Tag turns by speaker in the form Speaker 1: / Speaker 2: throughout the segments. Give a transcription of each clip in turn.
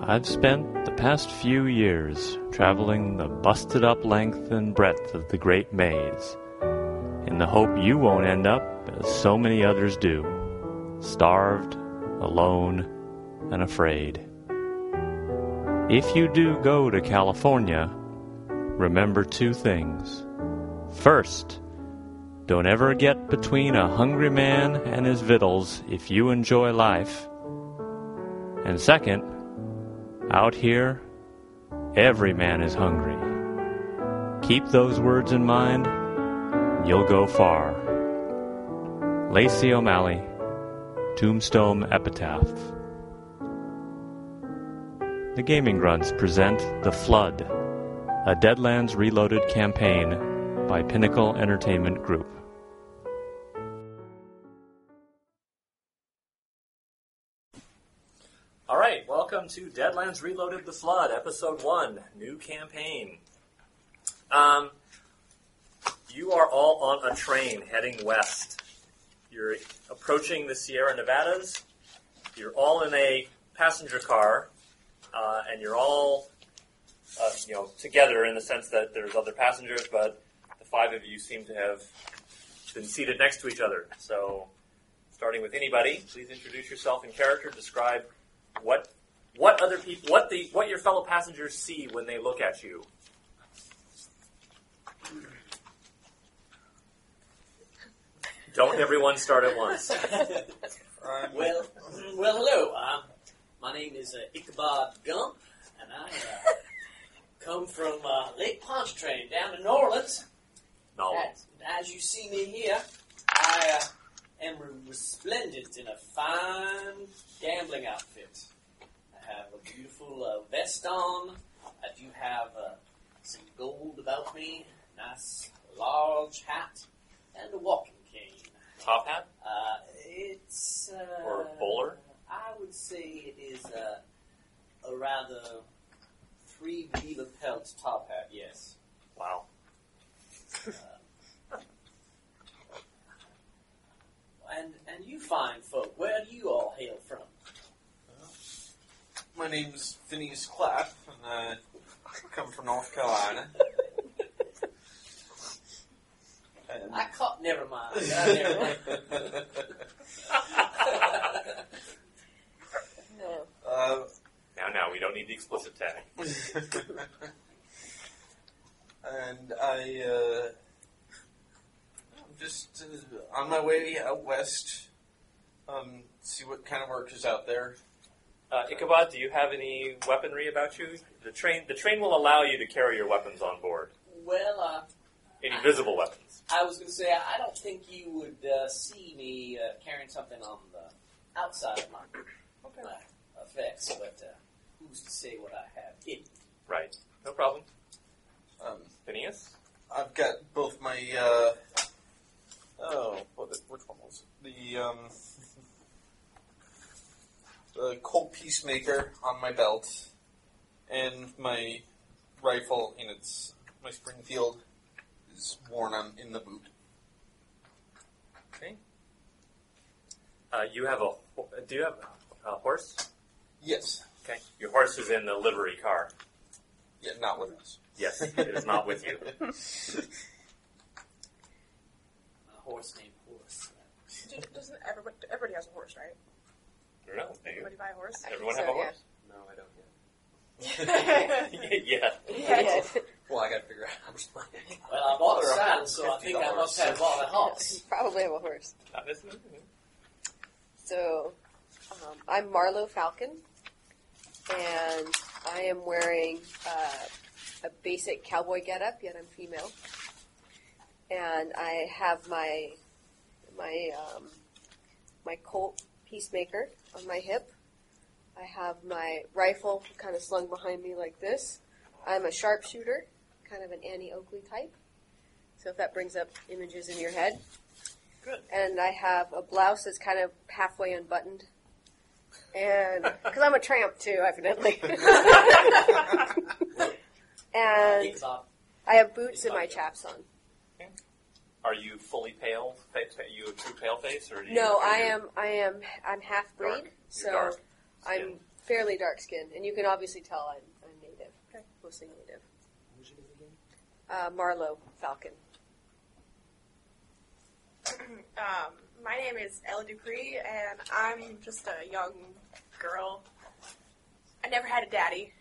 Speaker 1: I've spent the past few years traveling the busted up length and breadth of the Great Maze in the hope you won't end up as so many others do starved, alone, and afraid. If you do go to California, remember two things. First, don't ever get between a hungry man and his victuals if you enjoy life. And second, out here, every man is hungry. Keep those words in mind, and you'll go far. Lacey O'Malley, Tombstone Epitaph. The Gaming Grunts present The Flood, a Deadlands Reloaded campaign by Pinnacle Entertainment Group.
Speaker 2: All right, welcome to Deadlands Reloaded: The Flood, Episode One, New Campaign. Um, you are all on a train heading west. You're approaching the Sierra Nevadas. You're all in a passenger car, uh, and you're all, uh, you know, together in the sense that there's other passengers, but the five of you seem to have been seated next to each other. So, starting with anybody, please introduce yourself in character. Describe what what other people what the what your fellow passengers see when they look at you. Don't everyone start at once.
Speaker 3: Well, well, hello. Uh, my name is uh, Ichabod Gump, and I uh, come from uh, Lake Pontchartrain down to New Orleans.
Speaker 2: No.
Speaker 3: As, as you see me here, I uh, am resplendent in a fine gambling outfit. I have a beautiful uh, vest on. I do have uh, some gold about me, nice large hat, and a walking cane.
Speaker 2: Top hat
Speaker 3: Uh, it's uh,
Speaker 2: or bowler?
Speaker 3: I would say it is a, a rather three beaver pelt top hat. Yes. Uh,
Speaker 2: Wow.
Speaker 3: And and you fine folk, where do you all hail from?
Speaker 4: My name's Phineas Clapp, and I come from North Carolina. And-
Speaker 3: I caught. Never mind. Uh, never mind.
Speaker 5: No.
Speaker 4: Uh,
Speaker 2: Now, now we don't need the explicit tag.
Speaker 4: and I, uh, I'm just uh, on my way out west, um, see what kind of work is out there.
Speaker 2: Uh, Ichabod, do you have any weaponry about you? The train the train will allow you to carry your weapons on board.
Speaker 3: Well, uh,
Speaker 2: Any visible weapons?
Speaker 3: I was going to say I don't think you would uh, see me uh, carrying something on the outside of my, my effects, but uh, who's to say what I have hidden?
Speaker 2: Right. No problem.
Speaker 4: Um,
Speaker 2: Phineas?
Speaker 4: I've got both my. Uh, oh, what the, which one was it? the um, the Colt Peacemaker on my belt, and my rifle in its my Springfield is worn on in the boot.
Speaker 2: Uh, you have a ho- do you have a horse?
Speaker 4: Yes,
Speaker 2: Okay. Your horse is in the livery car.
Speaker 4: yeah, not with us.
Speaker 2: Yes, it is not with you.
Speaker 3: My horse named Horse.
Speaker 5: Do- Doesn't everybody, everybody has a horse, right?
Speaker 2: No, do you?
Speaker 5: Everybody buy a horse?
Speaker 2: Everyone have a horse?
Speaker 6: No, I don't yet.
Speaker 2: yeah.
Speaker 5: Yeah.
Speaker 6: Well, I gotta figure out how much money.
Speaker 3: Well, I bought a saddle, so I think I must have bought a
Speaker 5: You
Speaker 3: horse.
Speaker 5: probably have a horse.
Speaker 2: Not this one.
Speaker 5: So, um, I'm Marlo Falcon, and I am wearing uh, a basic cowboy getup, yet I'm female. And I have my my um, my Colt Peacemaker on my hip. I have my rifle kind of slung behind me like this. I'm a sharpshooter, kind of an Annie Oakley type. So if that brings up images in your head.
Speaker 2: Good.
Speaker 5: And I have a blouse that's kind of halfway unbuttoned. And because I'm a tramp too, evidently. and
Speaker 3: Ichabod.
Speaker 5: I have boots and my chaps on.
Speaker 2: Are you fully pale? Face? Are you a true pale face, or do you,
Speaker 5: No,
Speaker 2: are
Speaker 5: I
Speaker 2: you
Speaker 5: am. I am. I'm half breed, so
Speaker 2: dark
Speaker 5: I'm
Speaker 2: skin.
Speaker 5: fairly dark skin, and you can obviously tell I'm, I'm native, mostly native. Uh, Marlowe Falcon.
Speaker 7: Um, my name is Ella Dupree, and I'm just a young girl. I never had a daddy,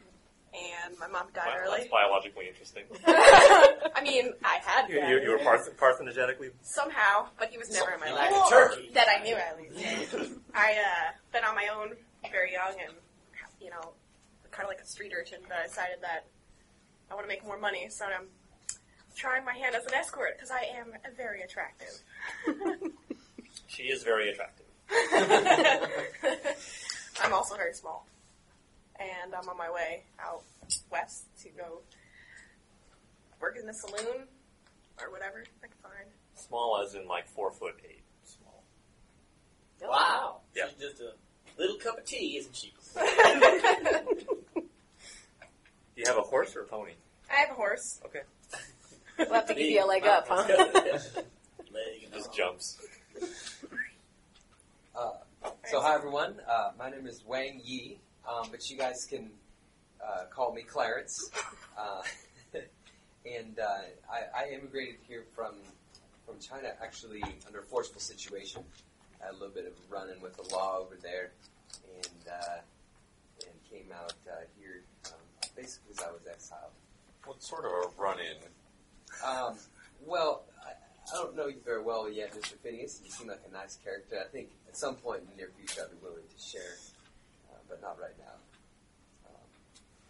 Speaker 7: and my mom died
Speaker 2: Wow,
Speaker 7: early.
Speaker 2: That's biologically interesting.
Speaker 7: I mean, I had
Speaker 2: You,
Speaker 7: daddy.
Speaker 2: you, you were parth- parthenogenically.
Speaker 7: somehow, but he was never in my
Speaker 6: You
Speaker 7: life.
Speaker 6: like a turkey.
Speaker 7: That I knew at least. I uh, been on my own very young, and you know, kind of like a street urchin. But I decided that I want to make more money, so I'm trying my hand as an escort because I am very attractive.
Speaker 2: She is very attractive.
Speaker 7: I'm also very small. And I'm on my way out west to go work in the saloon or whatever I can find.
Speaker 2: Small as in like four foot eight. Small.
Speaker 3: Wow.
Speaker 2: Yeah.
Speaker 3: She's just a little cup of tea, isn't she?
Speaker 2: Do you have a horse or a pony?
Speaker 7: I have a horse.
Speaker 5: We'll have to give you a leg up, huh?
Speaker 3: Leg and
Speaker 2: Just
Speaker 3: all.
Speaker 2: jumps.
Speaker 6: Uh, so hi everyone. Uh, my name is Wang Yi, um, but you guys can uh, call me Clarence. Uh, and uh, I, I immigrated here from from China, actually under a forceful situation. I had a little bit of run-in with the law over there, and uh, and came out uh, here um, basically as I was exiled.
Speaker 4: What sort of a run-in?
Speaker 6: Um, well, I, I don't know you very well yet, Mr. Phineas. You seem like a nice character. I think at some point in the near future I'd be willing to share, uh, but not right now. Um,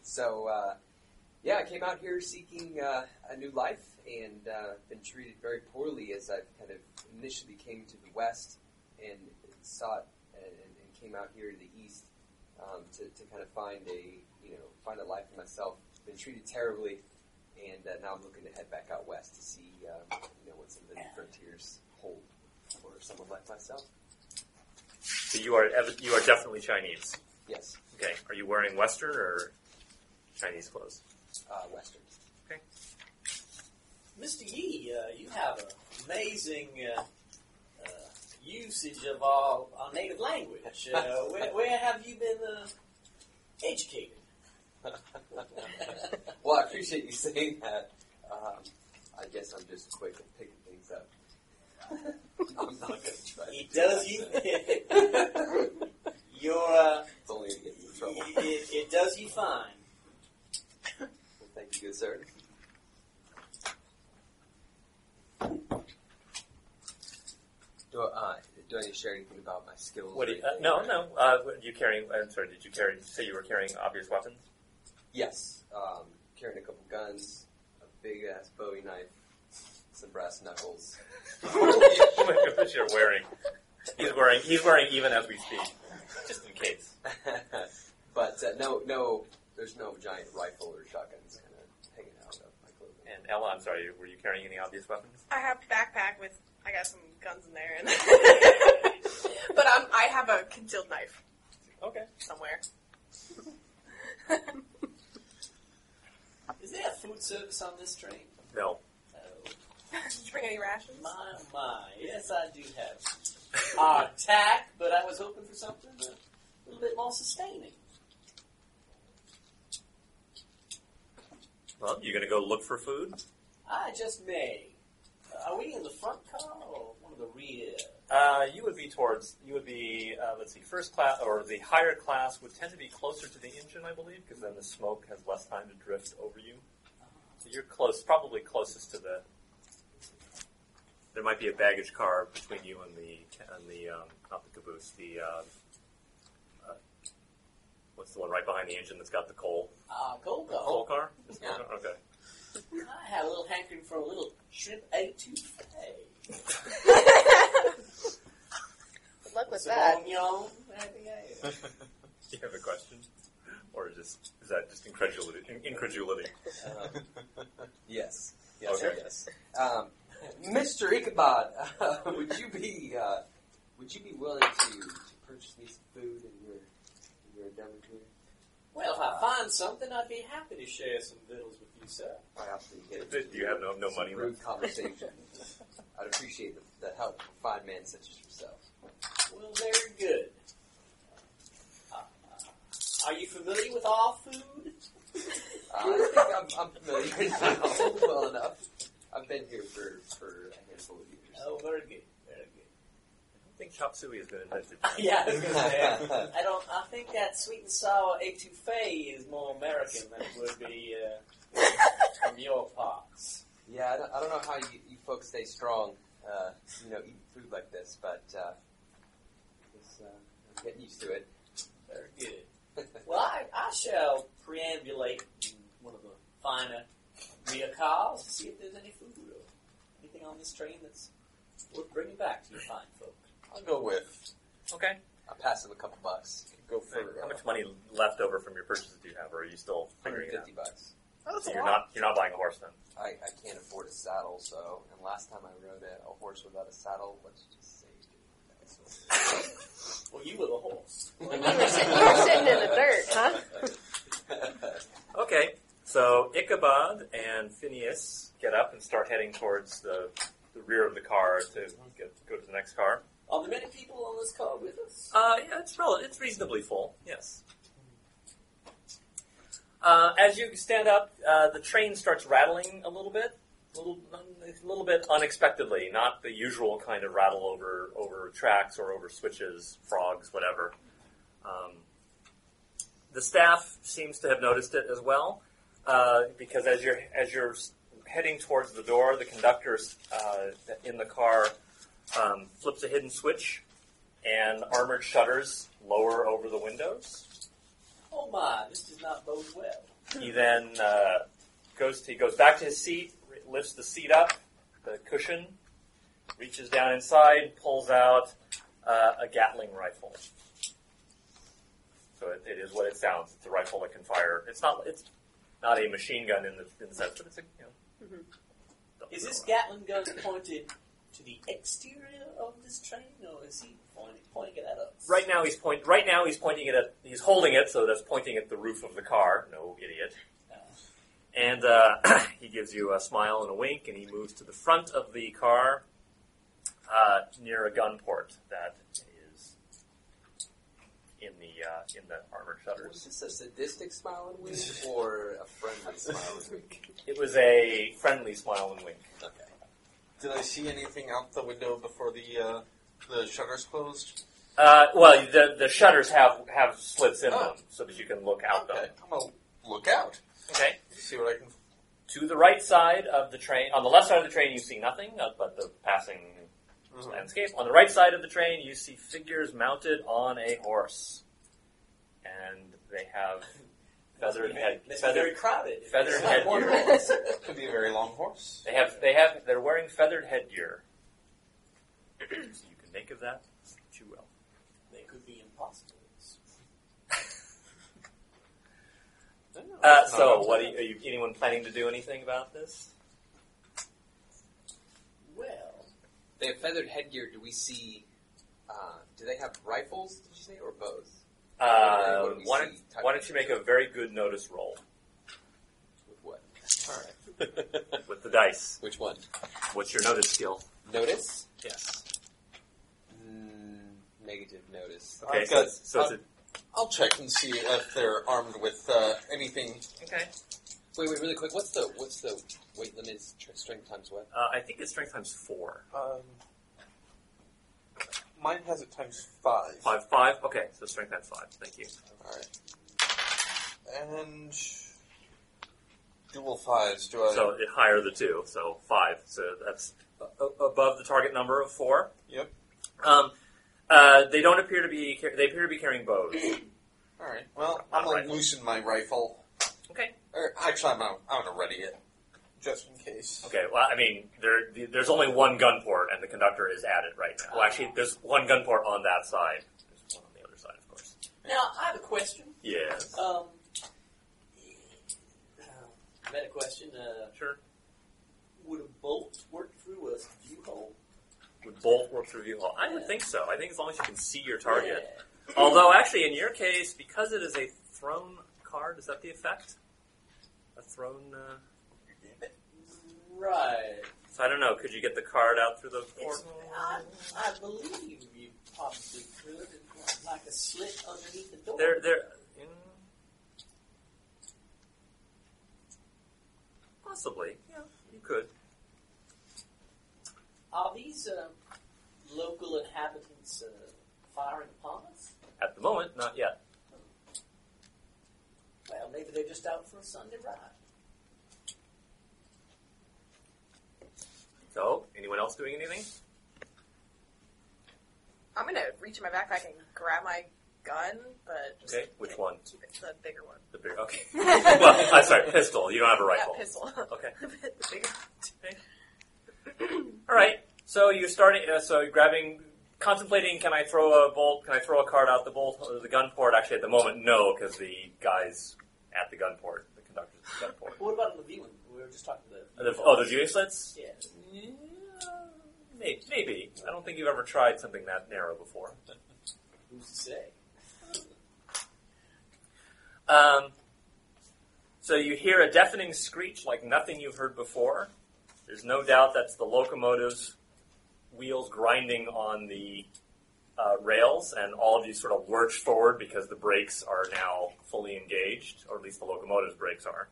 Speaker 6: so, uh, yeah, I came out here seeking uh, a new life and uh, been treated very poorly as I kind of initially came to the West and sought and, and came out here to the East um, to, to kind of find a, you know, find a life for myself. Been treated terribly and uh, now I'm looking to head back out west to see, uh, you know, what some of the new frontiers hold for someone like myself.
Speaker 2: So you are ev- you are definitely Chinese.
Speaker 6: Yes,
Speaker 2: Okay. Are you wearing Western or Chinese clothes?
Speaker 6: uh, western.
Speaker 3: Mr. Yee, uh, you have an amazing uh, uh, usage of our, our native language. Uh, where, where have you been uh, educated?
Speaker 6: well, I appreciate you saying that. Um, I guess I'm just quick at picking things up. I'm not going to try. to
Speaker 3: He
Speaker 6: do
Speaker 3: does
Speaker 6: that.
Speaker 3: you. You're, uh,
Speaker 6: it's only to get you in trouble.
Speaker 3: it, it, it does you fine.
Speaker 6: Well, thank you, good sir. Do, uh, do I need to share anything about my skills?
Speaker 2: What
Speaker 6: or
Speaker 2: do you, uh,
Speaker 6: anything?
Speaker 2: no, no. Uh, what are you carrying? I'm sorry. Did you carry? Say you were carrying obvious weapons.
Speaker 6: Yes, um, carrying a couple guns, a big ass Bowie knife, some brass knuckles.
Speaker 2: what you're wearing? He's wearing. He's wearing even as we speak, just in case.
Speaker 6: but uh, no, no, there's no giant rifle or shotguns kind of hanging out of my clothing.
Speaker 2: And Ella, I'm sorry. Were you carrying any obvious weapons?
Speaker 7: I have a backpack with, I got some guns in there. And but um, I have a concealed knife
Speaker 2: Okay.
Speaker 7: somewhere.
Speaker 3: Is there a food service on this train?
Speaker 2: No.
Speaker 3: Oh,
Speaker 7: Did you bring any rations?
Speaker 2: Oh,
Speaker 3: my, my. Yes, I do have our tack, but I was hoping for something a little bit more sustaining.
Speaker 2: well, you're gonna go look for food.
Speaker 3: I just may. Uh, are we in the front car or one of the rear?
Speaker 2: Uh, you would be towards. You would be. Uh, let's see. First class or the higher class would tend to be closer to the engine, I believe, because then the smoke has less time to drift over you. So you're close. Probably closest to the. There might be a baggage car between you and the and the um, not the caboose. The um uh, what's the one right behind the engine that's got the coal?
Speaker 3: Ah, Gold Car.
Speaker 2: Coal car. It's coal
Speaker 6: Yeah.
Speaker 2: car? Okay.
Speaker 3: I had a little hankering for a little shrimp etouffee.
Speaker 5: Good luck with
Speaker 3: Some
Speaker 5: that.
Speaker 3: Oignon. I think I-
Speaker 2: Do you have a question, or just is that just incredulity? Incredulity.
Speaker 4: Uh,
Speaker 6: Um, Yes, yes,
Speaker 2: Okay.
Speaker 6: yes. Um, Mr. Ichabod, uh, would you be uh, would you be willing to, to purchase me some food in your in your endeavor here?
Speaker 3: Well, if I find something, I'd be happy to share some vittles with you, sir.
Speaker 6: Perhaps we can get
Speaker 2: Do you have no no
Speaker 6: some
Speaker 2: money left?
Speaker 6: rude conversation. I'd appreciate the, the help from fine men such as yourself.
Speaker 3: Well, very good. Uh, Are you familiar with our food?
Speaker 6: Uh, I think I'm, I'm familiar now well enough. I've been here for, for a handful of years.
Speaker 3: Oh, very good, very good.
Speaker 2: I think chop suey is going to invent it.
Speaker 3: yeah, I was gonna say. I don't. I think that sweet and sour etouffee is more American than it would be uh, from your parts.
Speaker 6: Yeah, I don't, I don't know how you, you folks stay strong, uh, you know, eating food like this, but uh, it's, uh, I'm getting used to it.
Speaker 3: Very good. Well, I, I shall preambulate in one of the finer rear cars to see if there's any food or anything on this train that's worth bringing back to your fine folk.
Speaker 4: I'll go with.
Speaker 2: Okay.
Speaker 6: I'll pass him a couple bucks.
Speaker 4: Go for
Speaker 2: How
Speaker 4: uh,
Speaker 2: much money left over from your purchases do you have, or are you still figuring it out?
Speaker 6: 150 bucks.
Speaker 7: Oh, that's
Speaker 2: So
Speaker 7: a
Speaker 2: you're
Speaker 7: lot.
Speaker 2: not you're not buying a horse then.
Speaker 6: I, I can't afford a saddle, so, and last time I rode a, a horse without a saddle, let's just say, it didn't work out so well.
Speaker 3: Well, you were the horse.
Speaker 5: You were, sit- you were sitting in the dirt, huh?
Speaker 2: Okay, so Ichabod and Phineas get up and start heading towards the, the rear of the car to get, go to the next car.
Speaker 3: Are there many people on this car with us?
Speaker 2: Uh, yeah, it's rel- it's reasonably full. Yes. Uh, as you stand up, uh, the train starts rattling a little bit, a little, a little bit unexpectedly. Not the usual kind of rattle over over tracks or over switches, frogs, whatever. Um, the staff seems to have noticed it as well, uh, because as you're as you're s- heading towards the door, the conductor uh, in the car um, flips a hidden switch and armored shutters lower over the windows.
Speaker 3: Oh my, this does not bode well.
Speaker 2: He then uh, goes to, he goes back to his seat, r- lifts the seat up, the cushion, reaches down inside, pulls out uh, a Gatling rifle. So it, it is what it sounds. It's a rifle that can fire. It's not it's not a machine gun in the, in the sense, but it's a you know.
Speaker 3: Is this Gatlin gun pointed to the exterior of this train, or is he pointing, pointing it at us?
Speaker 2: Right now he's point. Right now he's pointing it at. He's holding it, so that's pointing at the roof of the car. No idiot. And uh, he gives you a smile and a wink, and he moves to the front of the car, uh, near a gun port that is in the uh, in the armored
Speaker 6: Was
Speaker 2: shutters.
Speaker 6: this a sadistic smile and wink, or a friendly smile and wink?
Speaker 2: It was a friendly smile and wink.
Speaker 6: Okay.
Speaker 4: Did I see anything out the window before the uh, the shutters closed?
Speaker 2: Uh, well, the the shutters have have slits in
Speaker 4: Oh.
Speaker 2: them so that you can look out
Speaker 4: Okay,
Speaker 2: them.
Speaker 4: I'm gonna look out.
Speaker 2: Okay.
Speaker 4: See what I can.
Speaker 2: To the right side of the train, on the left side of the train, you see nothing uh, but the passing landscape. On the right side of the train, you see figures mounted on a horse, and they have feathered head,
Speaker 3: It's very
Speaker 2: feathered,
Speaker 3: crowded.
Speaker 2: feathered
Speaker 3: It's not
Speaker 2: headgear.
Speaker 3: one horse.
Speaker 4: Could be a very long horse.
Speaker 2: They have, they have, they're wearing feathered headgear. so you can make of that what you will.
Speaker 3: They could be impossibles.
Speaker 2: Uh, so, what are you, are you? Anyone planning to do anything about this?
Speaker 3: Well,
Speaker 6: They have feathered headgear. Do we see? Uh, do they have rifles? Did you say or bows?
Speaker 2: Uh,
Speaker 6: What do we
Speaker 2: why, don't,
Speaker 6: see? Type
Speaker 2: why don't you make a very good notice roll
Speaker 6: With what?
Speaker 4: All right.
Speaker 2: with the dice?
Speaker 6: Which one?
Speaker 2: What's your notice skill?
Speaker 6: Notice.
Speaker 2: Yes.
Speaker 6: Mm, negative notice.
Speaker 2: Okay,
Speaker 4: I've
Speaker 2: so,
Speaker 4: got-
Speaker 2: it's- so it's a
Speaker 4: I'll check and see if they're armed with uh, anything.
Speaker 2: Okay.
Speaker 6: Wait, wait, really quick. What's the what's the weight limit? is tr- Strength times what?
Speaker 2: Uh, I think it's strength times four.
Speaker 4: Um, mine has it times five.
Speaker 2: Five, five. Okay, so strength times five. Thank you.
Speaker 4: All right. And dual fives. Do I?
Speaker 2: So it higher the two, so five. So that's a- a- above the target number of four.
Speaker 4: Yep.
Speaker 2: Um, uh, they don't appear to be. car- They appear to be carrying bows.
Speaker 4: All right. Well, I'm gonna
Speaker 2: Rifle.
Speaker 4: loosen my rifle.
Speaker 2: Okay.
Speaker 4: Or actually, I'm gonna, I'm gonna ready it just in case.
Speaker 2: Okay. Well, I mean, there, the- there's only one gun port, and the conductor is at it right now. Well, actually,
Speaker 4: Ah.
Speaker 2: there's one gun port on that side. There's one on the other side, of course.
Speaker 3: now I have a question.
Speaker 2: Yes.
Speaker 3: Um, uh, better question. Uh,
Speaker 2: Sure.
Speaker 3: would a bolt work through a view hole?
Speaker 2: Would both work through view hall? I would think so. I think as long as you can see your target.
Speaker 3: Yeah.
Speaker 2: Although, actually, in your case, because it is a thrown card, is that the effect? A thrown. Uh,
Speaker 3: Right.
Speaker 2: so I don't know. Could you get the card out through the
Speaker 3: It's,
Speaker 2: port?
Speaker 3: I, I believe you probably could, like a slit underneath the door.
Speaker 2: There, there. mm, Possibly. Yeah, you could.
Speaker 3: Are these uh, local inhabitants uh, firing upon us?
Speaker 2: At the moment, not yet.
Speaker 3: Well, maybe they're just out for a Sunday ride.
Speaker 2: So, anyone else doing anything?
Speaker 7: I'm gonna reach in my backpack and grab my gun, but just
Speaker 2: Okay, which one?
Speaker 7: keep it the bigger one.
Speaker 2: The big. Okay. well, I'm sorry, pistol. You don't have a
Speaker 7: Yeah,
Speaker 2: rifle.
Speaker 7: pistol.
Speaker 2: Okay.
Speaker 7: the bigger.
Speaker 2: All right. So you're starting. Uh, so you're grabbing, contemplating. Can I throw a bolt? Can I throw a card out the bolt? uh, The gun port. Actually, at the moment, no, because the guys at the gun port, the conductors at the gun port.
Speaker 3: But what about the viewing? We were just talking about
Speaker 2: Are there- oh, the viewing slits.
Speaker 3: Yeah.
Speaker 2: Yeah, maybe, maybe. I don't think you've ever tried something that narrow before.
Speaker 3: Who's to say?
Speaker 2: Um, so you hear a deafening screech like nothing you've heard before. There's no doubt that's the locomotive's wheels grinding on the uh, rails, and all of you sort of lurch forward because the brakes are now fully engaged, or at least the locomotive's brakes are.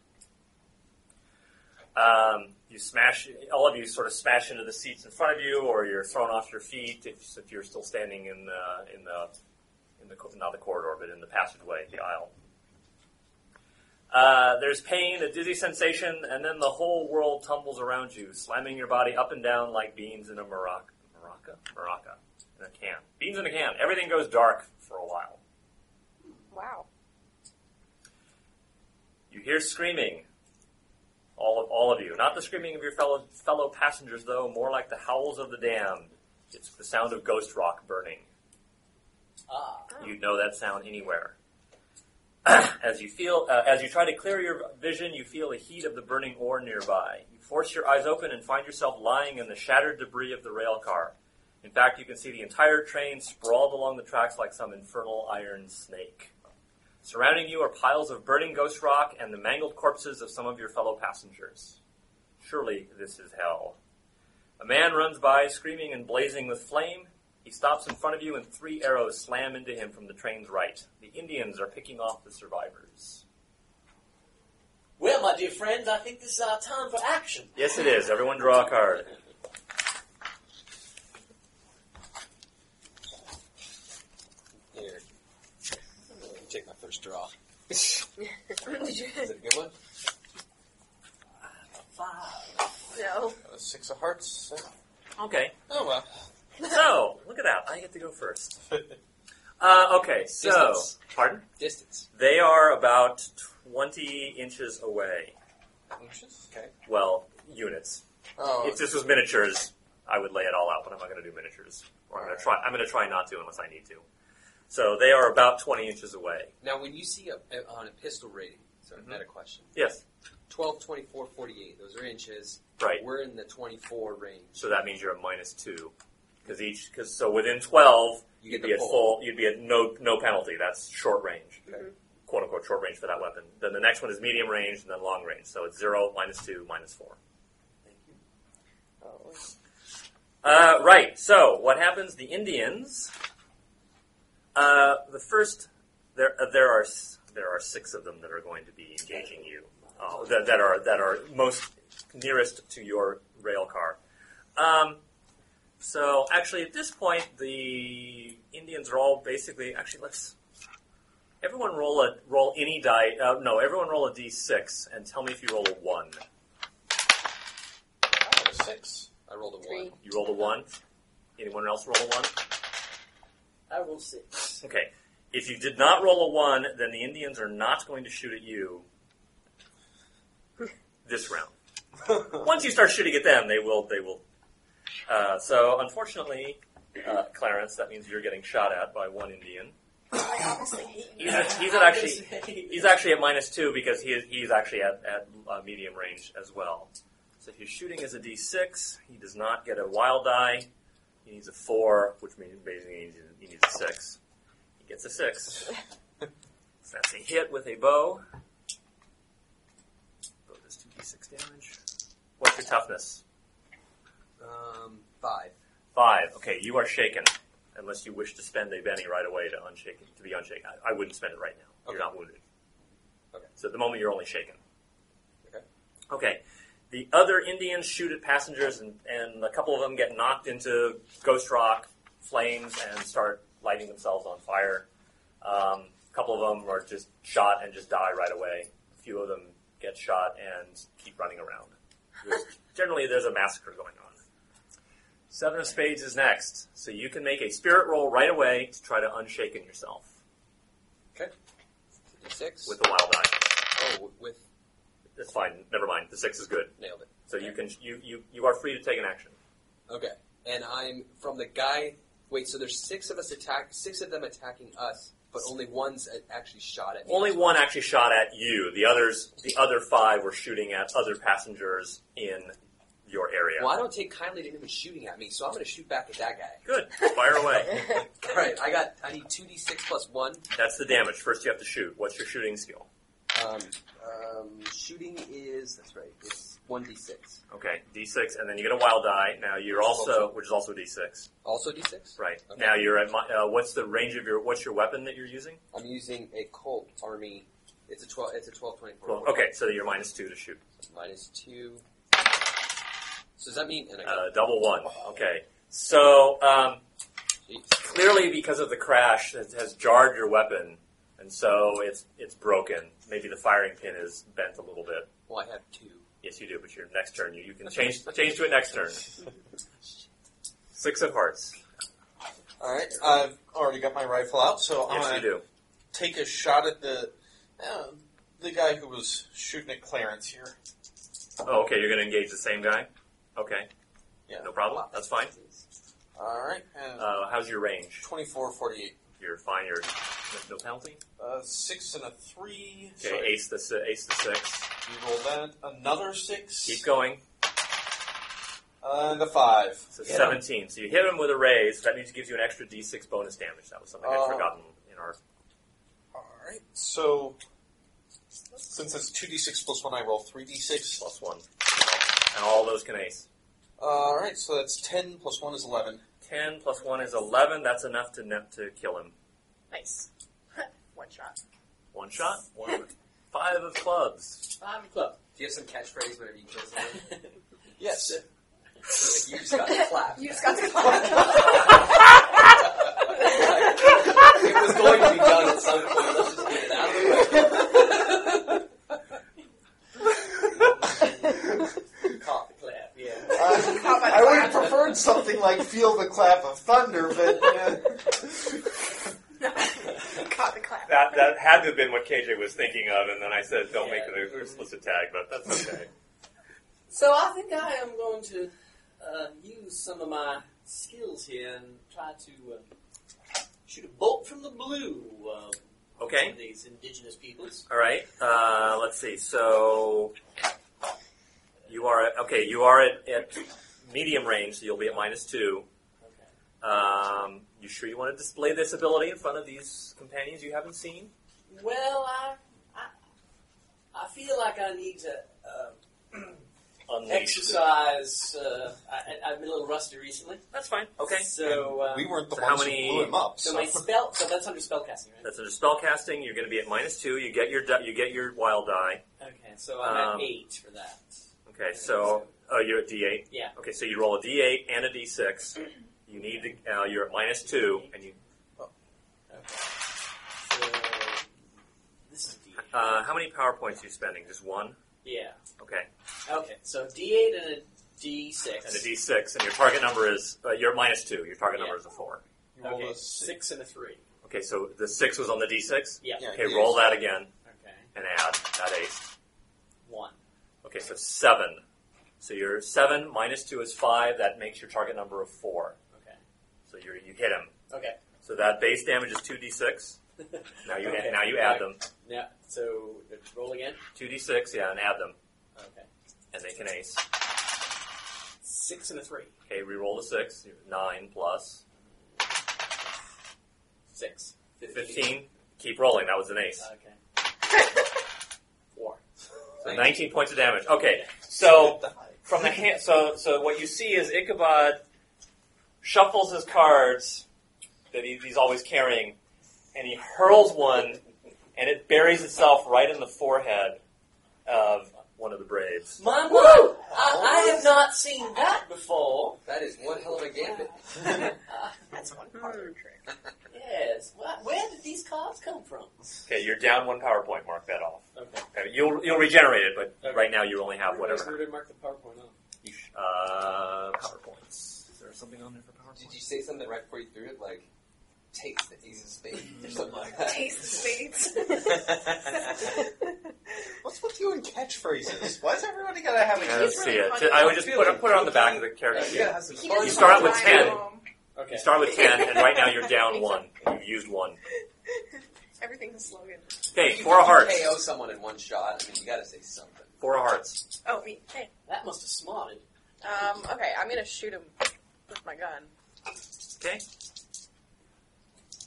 Speaker 2: Um, you smash, all of you sort of smash into the seats in front of you, or you're thrown off your feet if, if you're still standing in the in the in the co- not the corridor, but in the passageway, the aisle. Uh, there's pain, a dizzy sensation, and then the whole world tumbles around you, slamming your body up and down like beans in a maraca. Maraca? Maraca. In a can. Beans in a can. Everything goes dark for a while.
Speaker 7: Wow.
Speaker 2: You hear screaming. All of, all of you. Not the screaming of your fellow, fellow passengers, though, more like the howls of the damned. It's the sound of ghost rock burning.
Speaker 3: Ah,
Speaker 2: You'd know that sound anywhere. as you feel, uh, as you try to clear your vision, you feel the heat of the burning ore nearby. You force your eyes open and find yourself lying in the shattered debris of the rail car. In fact, you can see the entire train sprawled along the tracks like some infernal iron snake. Surrounding you are piles of burning ghost rock and the mangled corpses of some of your fellow passengers. Surely this is hell. A man runs by screaming and blazing with flame. He stops in front of you, and three arrows slam into him from the train's right. The Indians are picking off the survivors.
Speaker 3: well, my dear friends, I think this is our time for action.
Speaker 2: Yes, it is. Everyone draw a card.
Speaker 6: Here. Let me take my first draw.
Speaker 7: Did you?
Speaker 6: Is it a good one?
Speaker 3: Five.
Speaker 7: No.
Speaker 4: Uh, six of hearts.
Speaker 2: Okay.
Speaker 4: Oh well.
Speaker 2: So, look at that. I get to go first. Uh, okay, so.
Speaker 6: Distance.
Speaker 2: Pardon?
Speaker 6: Distance.
Speaker 2: They are about 20 inches away.
Speaker 4: Inches. Okay.
Speaker 2: Well, units.
Speaker 4: Oh.
Speaker 2: If this was miniatures, I would lay it all out, but I'm not going to do miniatures. Or I'm going to try. I'm going to try not to unless I need to. So they are about 20 inches away.
Speaker 6: Now, when you see a, on a pistol rating, so
Speaker 4: Mm-hmm.
Speaker 6: I've got a question.
Speaker 2: Yes,
Speaker 6: 12, 24, 48, those are inches.
Speaker 2: right.
Speaker 6: We're in the 24 range.
Speaker 2: So that means you're at minus two, because each because so within twelve
Speaker 6: You
Speaker 2: you'd
Speaker 6: get
Speaker 2: be
Speaker 6: the
Speaker 2: at
Speaker 6: full.
Speaker 2: full you'd be at no no penalty. That's short range,
Speaker 6: Okay.
Speaker 2: quote unquote short range for that weapon. Then the next one is medium range and then long range. So it's zero minus two minus four.
Speaker 3: Thank you.
Speaker 5: Oh,
Speaker 2: Uh, right. So what happens? The Indians. Uh, the first there uh, there are s- there are six of them that are going to be engaging you. Uh, that, that are that are most nearest to your rail car. Um, so actually, at this point, the Indians are all basically actually let's. Everyone roll a roll any die. Uh, no, everyone roll a d6 and tell me if you roll a one.
Speaker 4: I got a six.
Speaker 6: I rolled a
Speaker 5: Three.
Speaker 6: 1.
Speaker 2: You rolled a one. Anyone else roll a one?
Speaker 3: I roll six.
Speaker 2: Okay. If you did not roll a one, then the Indians are not going to shoot at you this round. Once you start shooting at them, they will. They will. Uh, so, unfortunately, uh, Clarence, that means you're getting shot at by one Indian.
Speaker 5: I obviously hate you.
Speaker 2: He's at, he's at actually he's actually at minus two because he is, he's actually at, at uh, medium range as well. So if your shooting is a d6, he does not get a wild die. He needs a four, which means basically he needs, he needs a six. He gets a six. so that's a hit with a bow. Bow does two d6 damage. What's your toughness?
Speaker 6: Um, 5.
Speaker 2: Five. Okay, you are shaken. Unless you wish to spend a penny right away to unshaken, to be unshaken. I, I wouldn't spend it right now. You're
Speaker 6: Okay.
Speaker 2: not wounded.
Speaker 6: Okay.
Speaker 2: So at the moment you're only shaken.
Speaker 6: Okay.
Speaker 2: Okay. The other Indians shoot at passengers, and, and a couple of them get knocked into ghost rock flames and start lighting themselves on fire. Um, a couple of them are just shot and just die right away. A few of them get shot and keep running around. There's- generally, there's a massacre going on. Seven of Spades is next, so you can make a spirit roll right away to try to unshaken yourself
Speaker 6: Six.
Speaker 2: with the wild eye.
Speaker 6: oh, with
Speaker 2: It's fine. Never mind. The six is good.
Speaker 6: nailed it.
Speaker 2: So you can you you, you are free to take an action.
Speaker 6: Okay, and I'm from the guy. Wait, so there's six of us attack, six of them attacking us, but only one's a- actually shot at me.
Speaker 2: Only one actually shot at you. The others, the other five, were shooting at other passengers in your area.
Speaker 6: Well, I don't take kindly to anyone shooting at me, so I'm going to shoot back at that guy.
Speaker 2: Good. Fire away.
Speaker 6: All right, I got. I need two d six plus one.
Speaker 2: That's the damage. First, you have to shoot. What's your shooting skill?
Speaker 6: Um, um, shooting is that's right. It's one d six.
Speaker 2: Okay, d6, and then you get a wild die. Now you're also, which is also d6,
Speaker 6: Also d six.
Speaker 2: right?
Speaker 6: Okay.
Speaker 2: Now you're at. mi- Uh, what's the range of your? What's your weapon that you're using?
Speaker 6: I'm using a Colt Army. It's a twelve. It's a twelve twenty four.
Speaker 2: Well, okay, so you're minus two to shoot.
Speaker 6: Minus two. So does that mean? And I got,
Speaker 2: Uh, double one. Okay, so um, clearly because of the crash it has jarred your weapon and so it's it's broken maybe the firing pin is bent a little bit
Speaker 6: well, I have two.
Speaker 2: yes you do but your next turn you, you can change change to it next turn six of hearts
Speaker 4: All right, I've already got my rifle out, so I'm
Speaker 2: yes
Speaker 4: gonna
Speaker 2: you do
Speaker 4: take a shot at the uh, the guy who was shooting at Clarence here.
Speaker 2: oh okay you're going to engage the same guy okay
Speaker 4: Yeah.
Speaker 2: no problem that's fine
Speaker 4: All right, and
Speaker 2: uh, how's your range
Speaker 4: twenty-four, forty-eight,
Speaker 2: you're fine you're no penalty
Speaker 4: uh, six and a three.
Speaker 2: okay
Speaker 4: Sorry,
Speaker 2: ace the si- ace the six
Speaker 4: roll that. Another six Uh,
Speaker 2: keep going
Speaker 4: and a five.
Speaker 2: so
Speaker 6: Hit him.
Speaker 2: 17 so you hit him with a raise that means it gives you an extra d6 bonus damage that was something
Speaker 4: Oh.
Speaker 2: i'd forgotten in our
Speaker 4: All right, so since it's two d six plus one, I roll three d six.
Speaker 2: plus one and all those can ace
Speaker 4: All right, so that's ten plus one is eleven.
Speaker 2: 10 plus 1 is 11. That's enough to net to kill him.
Speaker 7: Nice. One shot.
Speaker 2: One shot, one. Five of clubs.
Speaker 3: I'm club.
Speaker 6: Do you have some catchphrase whenever you kill someone?
Speaker 4: Yes.
Speaker 6: Like, you just got to clap.
Speaker 7: You just got to
Speaker 6: It was going to be done at some point. Let's just get it out of the way.
Speaker 3: Cough the clap. Yeah.
Speaker 7: How about
Speaker 4: I would have
Speaker 7: that?
Speaker 4: preferred something like "Feel the Clap of Thunder," but uh,
Speaker 7: Caught the clap.
Speaker 2: That, that had to have been what KJ was thinking of, and then I said, don't
Speaker 3: Yeah.
Speaker 2: make the explicit tag, but that's okay.
Speaker 3: So I think I am going to uh, use some of my skills here and try to uh, shoot a bolt from the blue. Uh,
Speaker 2: Okay.
Speaker 3: of These indigenous peoples.
Speaker 2: All right. Uh, let's see. So you are at, okay. You are at, at medium range, so you'll be at minus two.
Speaker 3: Okay.
Speaker 2: Um, you sure you want to display this ability in front of these companions you haven't seen?
Speaker 3: Well, I, I I feel like I need to uh, exercise. Uh, I, I- I've been a little rusty recently.
Speaker 2: That's fine. Okay.
Speaker 3: So um,
Speaker 4: we weren't the
Speaker 2: So how
Speaker 4: ones
Speaker 2: many-
Speaker 4: who blew him up.
Speaker 3: So my spell. So that's under spellcasting,
Speaker 2: That's under spellcasting. You're going to be at minus two. You get your di- you get your wild die.
Speaker 3: right? Okay. So I'm
Speaker 2: Um,
Speaker 3: at eight for that.
Speaker 2: Okay, so oh, you're at d8.
Speaker 3: Yeah.
Speaker 2: Okay, so you roll a d8 and a d6. You need to. Uh, you're at minus two, and you.
Speaker 3: Okay. So this is D.
Speaker 2: Uh, how many power points are you spending? Just one.
Speaker 3: yeah.
Speaker 2: Okay,
Speaker 3: Okay. So D8 and a D6.
Speaker 2: and a d6, and your target number is. Uh, you're at minus two. Your target
Speaker 3: Yeah.
Speaker 2: number is a four.
Speaker 4: You rolled
Speaker 3: Okay.
Speaker 4: a
Speaker 3: Six.
Speaker 4: six.
Speaker 3: and a three.
Speaker 2: Okay, so the six was on the d6.
Speaker 3: Yeah.
Speaker 4: Yeah,
Speaker 2: Okay,
Speaker 4: he
Speaker 2: roll
Speaker 4: is.
Speaker 2: that again
Speaker 3: Okay.
Speaker 2: and add that ace.
Speaker 3: One.
Speaker 2: Okay, so seven. So your seven minus two is five. That makes your target number of four.
Speaker 3: Okay.
Speaker 2: So you you hit him.
Speaker 3: Okay.
Speaker 2: So that base damage is two d6. Now you
Speaker 3: Okay.
Speaker 2: now you add them.
Speaker 3: Now, so let's roll again.
Speaker 2: Two d six, yeah, and add them,
Speaker 3: Okay.
Speaker 2: and they can ace.
Speaker 3: Six and a three.
Speaker 2: Okay, re-roll the six. Nine plus
Speaker 3: Six.
Speaker 2: fifteen. Keep rolling. That was an ace.
Speaker 3: Okay. Four.
Speaker 2: So Nineteen points of damage. Okay, so from the hand, so so what you see is Ichabod shuffles his cards that he, he's always carrying, and he hurls one, and it buries itself right in the forehead of one of the Braves.
Speaker 3: My word! I, I have not seen that before.
Speaker 6: That is one hell of a gambit.
Speaker 3: Uh,
Speaker 7: That's one harder trick.
Speaker 3: yes. Where, where did these cards come from?
Speaker 2: Okay, you're down one PowerPoint. Mark that off.
Speaker 8: Okay.
Speaker 2: Okay, you'll you'll regenerate it, but
Speaker 8: Okay.
Speaker 2: right now you only have
Speaker 8: Where
Speaker 2: whatever.
Speaker 8: did I mark the PowerPoint on?
Speaker 2: You sh- uh, PowerPoints. Is there something on there for PowerPoint?
Speaker 6: Did you say something right before you threw it, like takes the ace of spades or something like that?
Speaker 7: Taste of spades.
Speaker 4: What's with you and catchphrases? Why is everybody gotta have a
Speaker 2: Yeah, let's
Speaker 7: It's
Speaker 2: see
Speaker 7: really
Speaker 2: it.
Speaker 7: funny.
Speaker 2: I would just put it, put it on the back of the character
Speaker 6: Yeah, you
Speaker 2: sheet.
Speaker 6: gotta have some
Speaker 7: He
Speaker 6: fun.
Speaker 7: doesn't
Speaker 2: You start with
Speaker 7: want to
Speaker 2: 10.
Speaker 7: die at home.
Speaker 8: Okay.
Speaker 2: You start with ten, and right now you're down one. You've used one.
Speaker 7: Everything's a slogan.
Speaker 2: Okay,
Speaker 6: You
Speaker 2: four of
Speaker 6: can
Speaker 2: hearts.
Speaker 6: KO someone in one shot. I mean, you gotta say something.
Speaker 2: Four of hearts.
Speaker 7: Oh, me. Hey.
Speaker 3: That must have smarted.
Speaker 7: Um, okay, I'm gonna shoot him with my gun.
Speaker 2: Okay.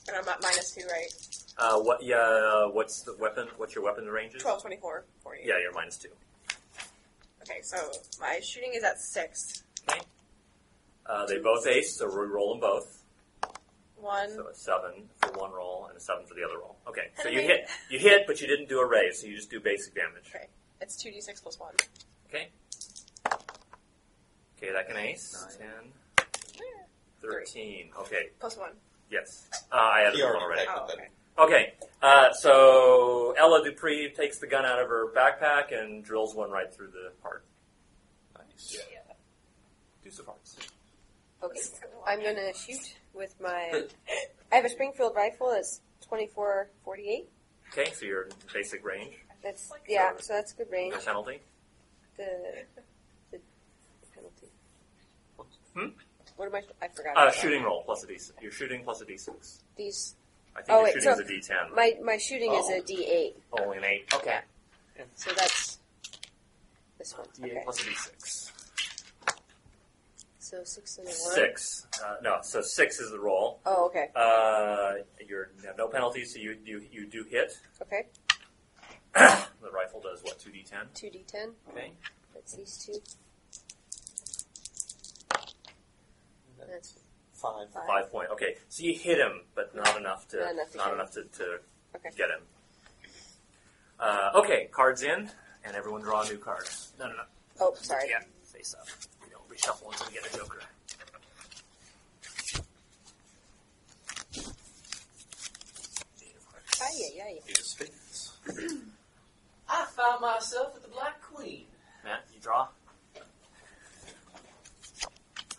Speaker 7: And I'm at minus two, right?
Speaker 2: Uh, what? Yeah. uh, What's the weapon? What's your weapon ranges?
Speaker 7: 12, 24, 40.
Speaker 2: Yeah, you're minus two.
Speaker 7: Okay, so my shooting is at six.
Speaker 2: Uh, they both ace, so we roll them both.
Speaker 7: One.
Speaker 2: So a seven for one roll and a seven for the other roll. Okay, so
Speaker 7: And
Speaker 2: you
Speaker 7: wait.
Speaker 2: hit, you hit, but you didn't do a raise, so you just do basic damage.
Speaker 7: Okay. It's 2d6 plus one.
Speaker 2: Okay, that can ace.
Speaker 6: Nine.
Speaker 2: 10, 13. Okay,
Speaker 7: Plus one.
Speaker 2: yes. Uh, I added
Speaker 4: He
Speaker 2: one
Speaker 4: already
Speaker 2: already.
Speaker 4: picked
Speaker 7: Oh,
Speaker 4: it,
Speaker 7: okay.
Speaker 2: Okay, uh, so Ella Dupree takes the gun out of her backpack and drills one right through the heart. Nice. Deuce of hearts.
Speaker 5: Okay. I'm gonna shoot with my. I have a Springfield rifle that's 24 48.
Speaker 2: Okay, so your basic range,
Speaker 5: That's yeah, so that's good range.
Speaker 2: no penalty.
Speaker 5: The, the penalty.
Speaker 2: Hmm?
Speaker 5: What am I? I forgot.
Speaker 2: Uh,
Speaker 5: about that.
Speaker 2: shooting roll plus a d6. You're shooting plus a d6.
Speaker 5: These.
Speaker 2: I think
Speaker 5: Oh,
Speaker 2: your
Speaker 5: wait,
Speaker 2: shooting
Speaker 5: so-
Speaker 2: is a d10.
Speaker 5: My my shooting is
Speaker 2: Oh.
Speaker 5: a D8,
Speaker 2: Only an Oh, 8. Okay.
Speaker 5: so that's this one.
Speaker 2: D8
Speaker 5: Okay.
Speaker 2: plus a d6.
Speaker 5: So six and a one.
Speaker 2: Six. Uh, no, so six is the roll.
Speaker 5: Oh, okay.
Speaker 2: Uh, you're you have no penalties, so you you, you do hit.
Speaker 5: Okay.
Speaker 2: The rifle does what? Two d10.
Speaker 5: Two D10.
Speaker 2: Okay.
Speaker 5: That's these two. That's
Speaker 4: Five.
Speaker 5: five.
Speaker 2: Five point. Okay, so you hit him, but not enough to
Speaker 5: Not enough to
Speaker 2: not
Speaker 5: hit
Speaker 2: enough to, to
Speaker 5: Okay.
Speaker 2: get him. Uh, okay, cards in, and everyone draw new cards. No, no, no.
Speaker 5: Oh, sorry.
Speaker 2: Yeah, face up. You don't reshuffle until you get a joker.
Speaker 5: Aye, aye, aye.
Speaker 4: Eight of spades.
Speaker 3: I found myself with the Black Queen.
Speaker 2: Matt, you draw.
Speaker 7: I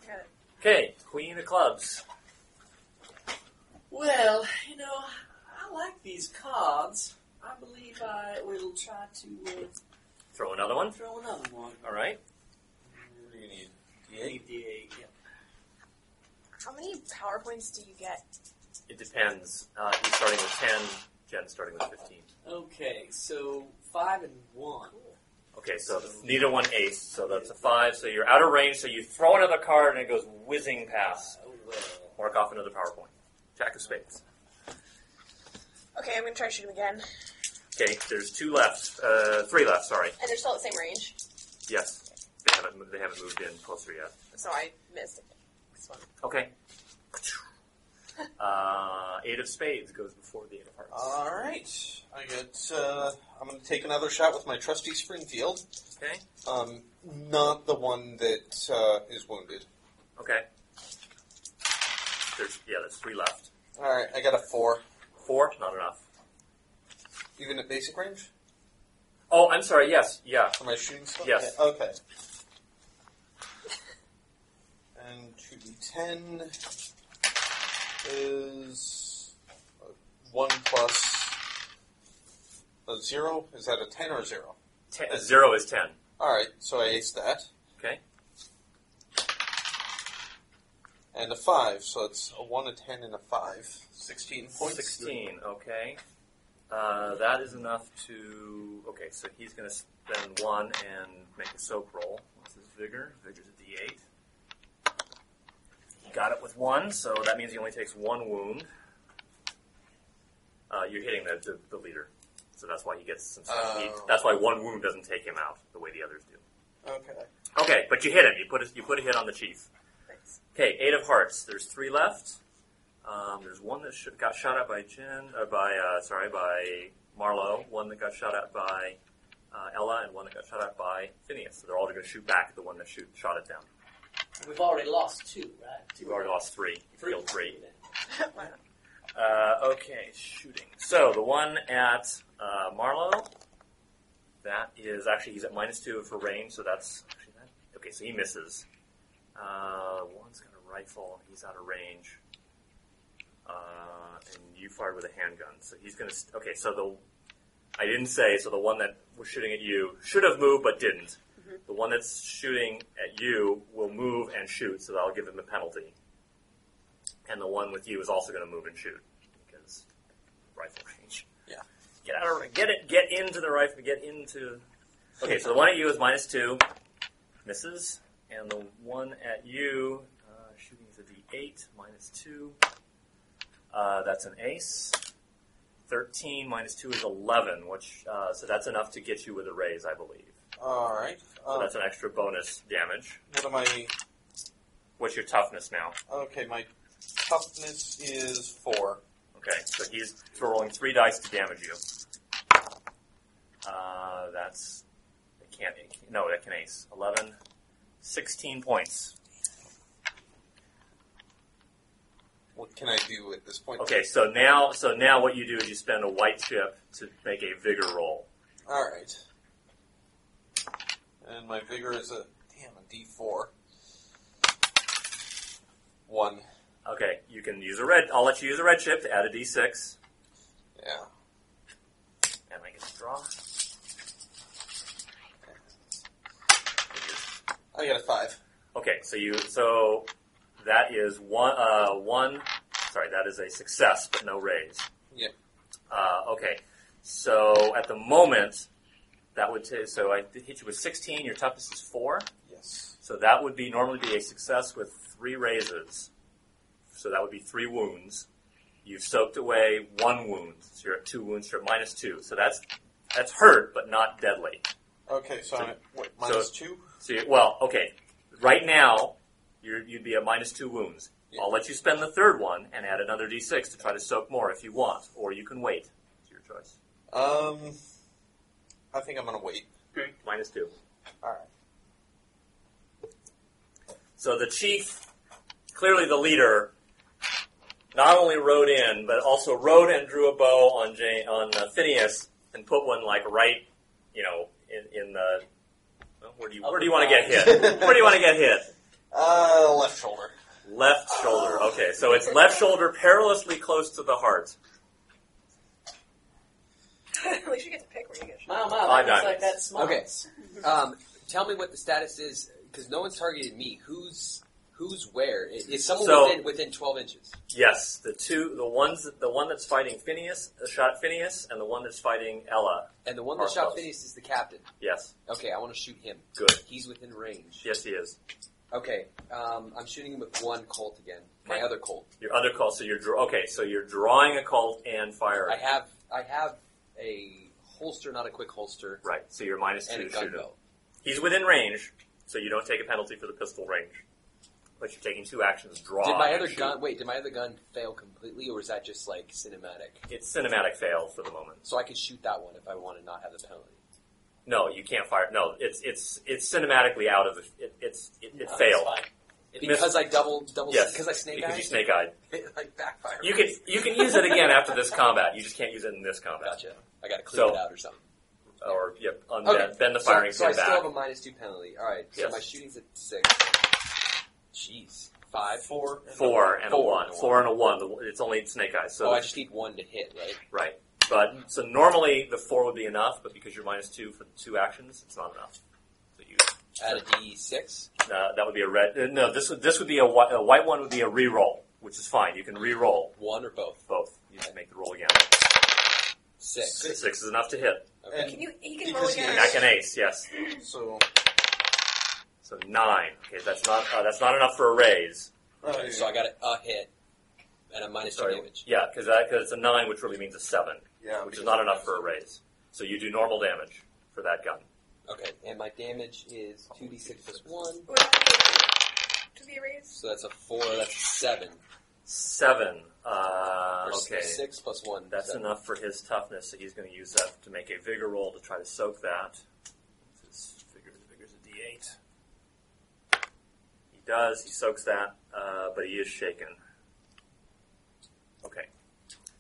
Speaker 7: got it.
Speaker 2: Okay, queen of clubs.
Speaker 3: Well, you know, I like these cards. I believe I will try to
Speaker 2: Throw another
Speaker 3: uh,
Speaker 2: one.
Speaker 3: throw another one.
Speaker 2: All right.
Speaker 4: What do you need?
Speaker 3: Leave the eight, yeah.
Speaker 7: How many PowerPoints do you get?
Speaker 2: It depends. Uh, he's starting with ten. Jen's starting with fifteen.
Speaker 3: Okay, so five and one.
Speaker 2: Okay, so neither one ace, so that's a five. So you're out of range. So you throw another card, and it goes whizzing past.
Speaker 3: Oh well.
Speaker 2: Mark off another PowerPoint. Jack of spades.
Speaker 7: Okay, I'm gonna try to shoot him again. And
Speaker 2: Okay, there's two left. Uh, three left. Sorry.
Speaker 7: they're still at the same range,
Speaker 2: Yes, they haven't. mo- They haven't moved in closer yet.
Speaker 7: so I missed it. This one.
Speaker 2: Okay. Uh, eight of spades goes before the eight of hearts.
Speaker 4: Alright. I get, uh, I'm gonna take another shot with my trusty Springfield.
Speaker 2: Okay.
Speaker 4: Um, not the one that, uh, is wounded.
Speaker 2: Okay. There's yeah. There's three left.
Speaker 4: Alright, I got a four.
Speaker 2: Four. Not enough.
Speaker 4: Even at basic range?
Speaker 2: Oh, I'm sorry. Yes. Yeah.
Speaker 4: For my shooting stuff?
Speaker 2: Yes.
Speaker 4: Yeah, Okay. And 2d10 is uh, 1 plus a 0. Is that a 10 or a 0?
Speaker 2: Ten, zero is ten.
Speaker 4: Alright, so I ace that.
Speaker 2: Okay.
Speaker 4: And a 5, so it's a 1, a 10, and a 5. 16 points.
Speaker 2: 16, okay. Uh, that is enough to. Okay, so he's going to spend one and make a soak roll. What's his vigor? Vigor's a d8. He got it with one, so that means he only takes one wound. Uh, you're hitting the, the, the leader, so that's why he gets some. he-
Speaker 4: Oh.
Speaker 2: that's why one wound doesn't take him out the way the others do.
Speaker 4: Okay.
Speaker 2: Okay, but you hit him. You put a, you put a hit on the chief.
Speaker 7: Thanks.
Speaker 2: Okay, eight of hearts. There's three left. Um, there's one that sh- got shot at by Jen, uh, by uh, sorry, by Marlowe. One that got shot at by uh, Ella and one that got shot at by Phineas. So they're all going to shoot back at the one that shoot, shot at them.
Speaker 3: We've already lost two, right?
Speaker 2: You've already lost three. You
Speaker 3: Three.
Speaker 2: Killed three. Uh, okay, shooting. So the one at uh, Marlowe, that is actually he's at minus two for range, so that's actually that. Okay, so he misses. Uh, one's got a rifle. He's out of range. Uh, and you fired with a handgun, so he's gonna. St- okay, so the I didn't say. So the one that was shooting at you should have moved but didn't. The one that's shooting at you will move and shoot, so that'll give him a penalty. And the one with you is also going to move and shoot because rifle range.
Speaker 4: Yeah.
Speaker 2: Get out of get it. Get into the rifle. Get into. Okay, so the one at you is minus two, misses, and the one at you uh, shooting is a D8 minus two. Uh, that's an ace. Thirteen minus two is eleven, which uh, so that's enough to get you with a raise, I believe.
Speaker 4: All right.
Speaker 2: So
Speaker 4: Um,
Speaker 2: that's an extra bonus damage.
Speaker 4: what am I?
Speaker 2: What's your toughness now?
Speaker 4: Okay, my toughness is four.
Speaker 2: Okay, so he's rolling three dice to damage you. Uh, that's it can't it can't- no that can ace 11, 16 points.
Speaker 4: What can I do at this point?
Speaker 2: Okay, so now so now what you do is you spend a white chip to make a vigor roll.
Speaker 4: All right. And my vigor is a damn a D four. One.
Speaker 2: Okay, you can use a red. I'll let you use a red chip to add a d6,
Speaker 4: Yeah.
Speaker 2: and I get to draw.
Speaker 4: I got a five.
Speaker 2: Okay, so you so that is one uh, one. Sorry, that is a success, but no raise.
Speaker 4: Yep.
Speaker 2: Uh, okay, so at the moment, that would t- so I hit you with sixteen. Your toughest is four,
Speaker 4: Yes.
Speaker 2: so that would be normally be a success with three raises. So that would be three wounds. You've soaked away one wound, so you're at two wounds. You're at minus two, so that's that's hurt but not deadly.
Speaker 4: Okay, so,
Speaker 2: So-
Speaker 4: I'm at, what, minus two.
Speaker 2: So you, well, okay. Right now, you're, you'd be at minus two wounds.
Speaker 4: Yeah.
Speaker 2: I'll let you spend the third one and add another d6 to try to soak more if you want, or you can wait. It's your choice.
Speaker 4: Um, I think I'm gonna wait.
Speaker 2: Minus two.
Speaker 4: All right.
Speaker 2: So the chief, clearly the leader, not only rode in, but also rode and drew a bow on Jane, on uh, Phineas and put one like right, you know, in, in the. well, Where do you where do you want to get hit? Where do you want to get hit?
Speaker 4: Uh, left shoulder.
Speaker 2: Left shoulder. Okay, so it's left shoulder perilously close to the heart.
Speaker 7: At least you get to pick where you get shot.
Speaker 3: My, my,
Speaker 2: Five
Speaker 3: that looks
Speaker 2: diamonds.
Speaker 3: like that smart.
Speaker 6: Okay. Um, tell me what the status is, because no one's targeted me. Who's who's where? I- Is someone
Speaker 2: So-
Speaker 6: within within twelve inches?
Speaker 2: Yes, the two, the ones, that- the one that's fighting Phineas, uh, shot Phineas, and the one that's fighting Ella.
Speaker 6: And the one that
Speaker 2: Or
Speaker 6: shot
Speaker 2: close.
Speaker 6: Phineas is the captain.
Speaker 2: Yes,
Speaker 6: Okay, I want to shoot him.
Speaker 2: good.
Speaker 6: He's within range.
Speaker 2: Yes, he is.
Speaker 6: Okay, um, I'm shooting him with one Colt again. My
Speaker 2: Okay.
Speaker 6: other Colt.
Speaker 2: Your other call, so you're draw. Okay, so you're drawing a Colt and
Speaker 6: I
Speaker 2: firing.
Speaker 6: have I have a holster, not a quick holster,
Speaker 2: Right, so you're minus two
Speaker 6: and a
Speaker 2: to
Speaker 6: gun
Speaker 2: shoot him.
Speaker 6: belt.
Speaker 2: He's within range, so you don't take a penalty for the pistol range, but you're taking two actions. Draw.
Speaker 6: Did my
Speaker 2: and
Speaker 6: other
Speaker 2: shoot.
Speaker 6: gun wait? Did my other gun fail completely, or is that just like cinematic?
Speaker 2: It's cinematic fail for the moment.
Speaker 6: So I can shoot that one if I want to not have the penalty.
Speaker 2: No, you can't fire. No, it's it's it's cinematically out of the. It, it's it,
Speaker 6: Uh,
Speaker 2: it
Speaker 3: No,
Speaker 2: failed.
Speaker 3: that's fine.
Speaker 2: It
Speaker 6: Because
Speaker 2: missed-
Speaker 6: I double double
Speaker 2: Yes,
Speaker 6: because I snake
Speaker 2: because
Speaker 6: eyed?
Speaker 2: you snake eyed.
Speaker 6: it like backfired.
Speaker 2: You can you can use it again after this combat. You just can't use it in this combat.
Speaker 6: gotcha. I got to clear
Speaker 2: So-
Speaker 6: it out or something.
Speaker 2: Or yep, unbend,
Speaker 6: Okay.
Speaker 2: bend the firing
Speaker 6: so, so I
Speaker 2: pin back.
Speaker 6: still have a minus two penalty. All right.
Speaker 2: Yes.
Speaker 6: So my shooting's at six. Jeez, five.
Speaker 4: Four. and
Speaker 2: Four and a
Speaker 6: Four
Speaker 2: one.
Speaker 6: and a
Speaker 2: Four and a one. The- It's only snake eyes. So
Speaker 6: oh, I just need one to hit, right?
Speaker 2: right. But so normally the four would be enough, but because you're minus two for the two actions, it's not enough. So you
Speaker 6: At a D six.
Speaker 2: uh, that would be a red. Uh, no, this would this would be a, whi- a white one. Would be a re-roll, which is fine. You can re-roll
Speaker 6: One or both?
Speaker 2: both. You just make the roll again.
Speaker 6: Six.
Speaker 2: Six is enough to hit.
Speaker 6: Okay.
Speaker 7: Can you? He can
Speaker 4: Because
Speaker 7: roll
Speaker 4: he-
Speaker 7: again.
Speaker 2: And I can ace. Yes.
Speaker 4: a- So
Speaker 2: So nine. Okay, that's not uh, that's not enough for a raise.
Speaker 4: uh,
Speaker 6: So I got a, a hit and a minus two
Speaker 2: Sorry.
Speaker 6: damage.
Speaker 2: Yeah, because because it's a nine, which really means a seven.
Speaker 4: yeah,
Speaker 2: which is not enough for a raise. So you do normal damage for that gun.
Speaker 6: Okay. And my damage is two D six plus one.
Speaker 7: Would that be- To be raised.
Speaker 6: So that's a four. That's a seven.
Speaker 2: Seven. Uh,
Speaker 6: Or s-
Speaker 2: okay.
Speaker 6: Six plus one.
Speaker 2: That's
Speaker 6: seven.
Speaker 2: enough for his toughness, so he's going to use that to make a vigor roll to try to soak that. His vigor, vigor's a d8. He does. He soaks that, uh, but he is shaken. Okay,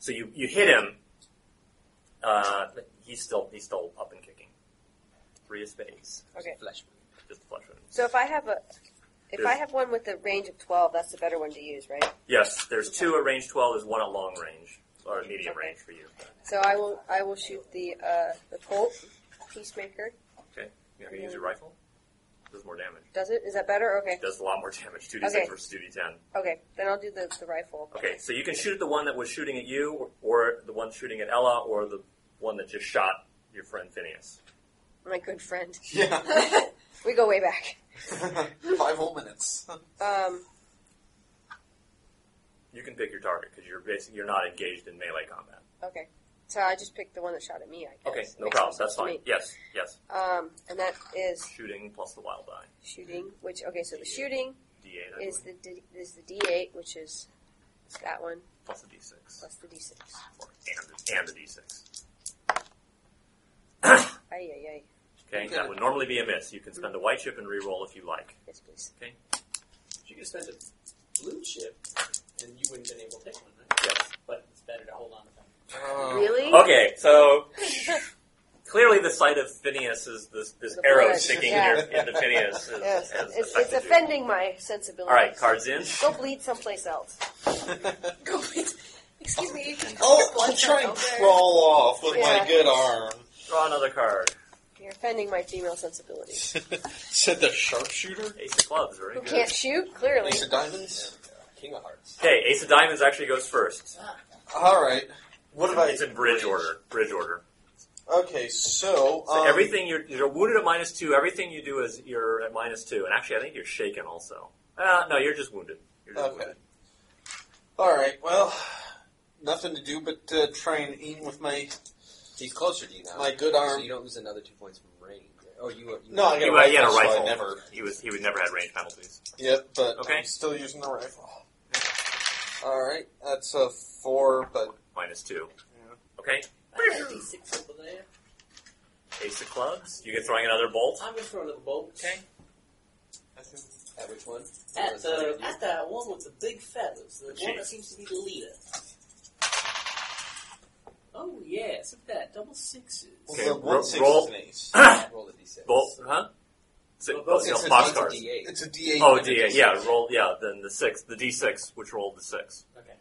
Speaker 2: so you you hit him. Uh, he's still he's still up and kicking. Three of spades,
Speaker 5: Okay.
Speaker 6: Flesh.
Speaker 2: just flush with him.
Speaker 5: So if I have a, if
Speaker 2: Yes.
Speaker 5: I have one with a range of twelve, that's the better one to use, right?
Speaker 2: Yes, there's two at range twelve. There's one at long range or medium
Speaker 5: Okay.
Speaker 2: range for you.
Speaker 5: So I will, I will shoot the uh, the Colt Peacemaker.
Speaker 2: You're going to use your rifle. Does more damage.
Speaker 5: Does it? Is that better? Okay,
Speaker 2: Does a lot more damage. Two d
Speaker 5: Okay.
Speaker 2: six versus two d ten.
Speaker 5: okay. Then I'll do the, the rifle.
Speaker 2: Okay, so you can shoot at the one that was shooting at you, or, or the one shooting at Ella, or the one that just shot your friend Phineas.
Speaker 5: My good friend.
Speaker 4: Yeah.
Speaker 5: we go way back.
Speaker 4: Five whole minutes.
Speaker 5: Um,
Speaker 2: You can pick your target because you're basically you're not engaged in melee combat.
Speaker 5: okay. So I just picked the one that shot at me. I guess.
Speaker 2: Okay,
Speaker 5: It
Speaker 2: no
Speaker 5: makes
Speaker 2: problem.
Speaker 5: sense
Speaker 2: That's
Speaker 5: to
Speaker 2: fine.
Speaker 5: me.
Speaker 2: Yes, yes.
Speaker 5: Um, and that is
Speaker 2: Shooting plus the wild die.
Speaker 5: shooting. Which okay, so the shooting
Speaker 2: D8 I
Speaker 5: is
Speaker 2: believe,
Speaker 5: the D, is the D eight, which is it's that one
Speaker 2: plus the D6
Speaker 5: plus the D six.
Speaker 2: or, and, and the D6.
Speaker 5: Ay ay ay.
Speaker 2: Okay, that would normally be a miss. You can spend a white chip and reroll if you like.
Speaker 5: Yes, please.
Speaker 3: You could spend a blue chip, and you wouldn't have been able to take one, right?
Speaker 2: Yes.
Speaker 3: But it's better to hold on to them.
Speaker 2: Uh,
Speaker 5: Really?
Speaker 2: Okay, so clearly the sight of Phineas is this, this
Speaker 5: The
Speaker 2: arrow
Speaker 5: blood,
Speaker 2: sticking
Speaker 5: yeah.
Speaker 2: in your, into Phineas. Is,
Speaker 5: Yes,
Speaker 2: has
Speaker 5: it's, it's
Speaker 2: affected you.
Speaker 5: offending my sensibilities.
Speaker 2: All right, cards in.
Speaker 5: Go bleed someplace else. Go bleed. Excuse me. you can-
Speaker 4: Oh, I'll try and crawl off with
Speaker 5: Yeah.
Speaker 4: my good arm.
Speaker 2: Draw another card.
Speaker 5: You're offending my female sensibilities.
Speaker 4: Said the sharpshooter.
Speaker 2: Ace of clubs, very
Speaker 5: Who
Speaker 2: good.
Speaker 5: can't shoot? Clearly.
Speaker 4: Ace of diamonds. King of hearts.
Speaker 2: Okay, ace of diamonds actually goes first.
Speaker 4: All right. What
Speaker 2: It's-
Speaker 4: about
Speaker 2: It's in bridge order. Bridge order.
Speaker 4: Okay, so,
Speaker 2: So
Speaker 4: um,
Speaker 2: everything you're you're wounded at minus two. Everything you do is you're at minus two, and actually I think you're shaken also. Uh, no, you're just wounded. You're just
Speaker 4: Okay.
Speaker 2: wounded.
Speaker 4: All right. Well, nothing to do but uh, try and aim with my
Speaker 6: He's closer to you now.
Speaker 4: my good
Speaker 6: So
Speaker 4: arm.
Speaker 6: you don't lose another two points from range. Oh, you. you
Speaker 4: No, I
Speaker 2: He,
Speaker 4: got
Speaker 2: wa- he had a
Speaker 4: so I
Speaker 2: rifle.
Speaker 4: never.
Speaker 2: He was he would never had range penalties.
Speaker 4: Yep, but
Speaker 2: Okay.
Speaker 4: I'm still using the rifle. All right, that's a four, but
Speaker 2: Minus two.
Speaker 4: Yeah.
Speaker 2: Okay,
Speaker 3: I have D6 over there.
Speaker 2: ace of clubs. You get throwing another bolt.
Speaker 3: I'm going to throw a little bolt.
Speaker 2: Okay.
Speaker 6: At which one?
Speaker 3: At the,
Speaker 6: Sorry,
Speaker 3: at the one with the big feathers, the one
Speaker 2: Jeez.
Speaker 3: that seems to be the leader. Oh, yes, look at that. Double sixes.
Speaker 2: Okay,
Speaker 4: the
Speaker 2: ro-
Speaker 4: one six
Speaker 2: roll.
Speaker 4: is an ace.
Speaker 6: you Roll a d6.
Speaker 2: bolt, huh? Six,
Speaker 3: Well,
Speaker 2: well,
Speaker 3: both
Speaker 2: you know,
Speaker 4: sixes,
Speaker 2: box
Speaker 4: one's a
Speaker 2: cards.
Speaker 6: D8.
Speaker 4: It's a D eight.
Speaker 2: Oh, D eight. Yeah, roll. Yeah, then the six, the D six, which rolled the six.
Speaker 3: Okay.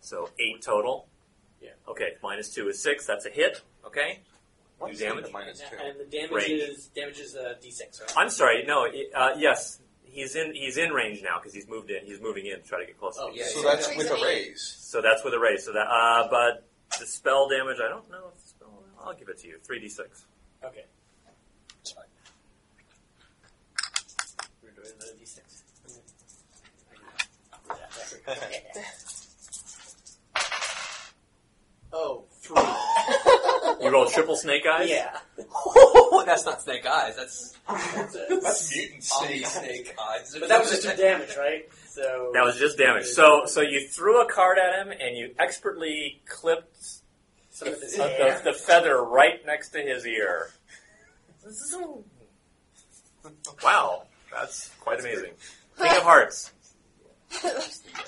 Speaker 2: So eight total.
Speaker 3: Yeah.
Speaker 2: Okay, minus two is six. That's a hit. Okay.
Speaker 4: What's
Speaker 2: Do damage?
Speaker 4: the minus two?
Speaker 3: And the damage
Speaker 2: Range.
Speaker 3: is damage is uh, D6, right?
Speaker 2: I'm sorry. No. it- Uh, yes, he's in. He's in range now because he's moved in. He's moving in to try to get close.
Speaker 3: Oh,
Speaker 2: to you.
Speaker 6: yeah,
Speaker 4: so
Speaker 6: yeah.
Speaker 4: that's
Speaker 5: yeah.
Speaker 4: with a raise.
Speaker 2: So that's with a raise. So that. Uh, but the spell damage. I don't know if the spell. I'll give it to you. Three d six.
Speaker 3: Okay. We're doing another D6. Oh, three.
Speaker 2: You roll triple snake eyes.
Speaker 3: yeah.
Speaker 6: that's not snake eyes. That's
Speaker 3: That's it.
Speaker 4: that's mutant
Speaker 6: snake, snake eyes.
Speaker 3: But that was just a damage, right? So
Speaker 2: That was just damage. So so you threw a card at him and you expertly clipped
Speaker 3: Some of his
Speaker 2: uh,
Speaker 3: hair.
Speaker 2: the, the feather right next to his ear. This is so- Wow, that's quite amazing. King of Hearts. What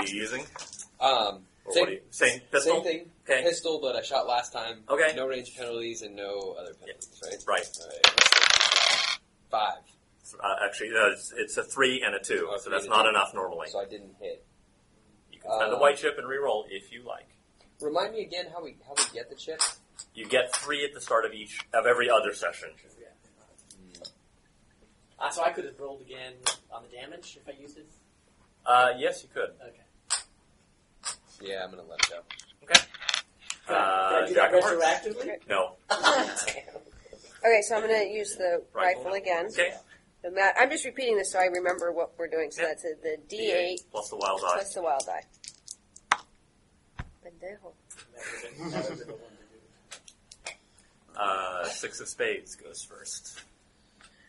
Speaker 2: are you using?
Speaker 6: Um,
Speaker 2: Or
Speaker 6: Same-
Speaker 2: what are you, same pistol.
Speaker 6: Same thing.
Speaker 2: Okay.
Speaker 6: Pistol, but I shot last time.
Speaker 2: Okay.
Speaker 6: No range penalties and no other penalties, right?
Speaker 2: Right.
Speaker 6: Alright. Five.
Speaker 2: Uh, actually, no, it's, it's a three and a two,
Speaker 6: Oh,
Speaker 2: so that's
Speaker 6: three and
Speaker 2: not
Speaker 6: a two.
Speaker 2: enough normally.
Speaker 6: So I didn't hit.
Speaker 2: You can spend a
Speaker 6: Uh,
Speaker 2: white chip and reroll if you like.
Speaker 6: Remind me again how we how we get the chip.
Speaker 2: You get three at the start of each of every other session.
Speaker 3: Ah, so I could have rolled again on the damage if I used it.
Speaker 2: Uh, yes, you could.
Speaker 3: Okay.
Speaker 6: Yeah, I'm gonna let it go.
Speaker 3: Can I- can I
Speaker 2: Uh,
Speaker 3: do
Speaker 2: Jack
Speaker 3: that
Speaker 2: of Hearts.
Speaker 3: retroactively?
Speaker 2: No.
Speaker 5: Okay, so I'm gonna use the
Speaker 2: Rifle.
Speaker 5: rifle, again.
Speaker 2: Okay.
Speaker 5: And that, I'm just repeating this so I remember what we're doing. So
Speaker 2: Yeah.
Speaker 5: that's a, the D8
Speaker 2: plus the wild eye.
Speaker 5: plus the wild die.
Speaker 3: That
Speaker 5: Pendejo.
Speaker 3: would've been- that would've been the one to do.
Speaker 2: Uh, six of spades goes first.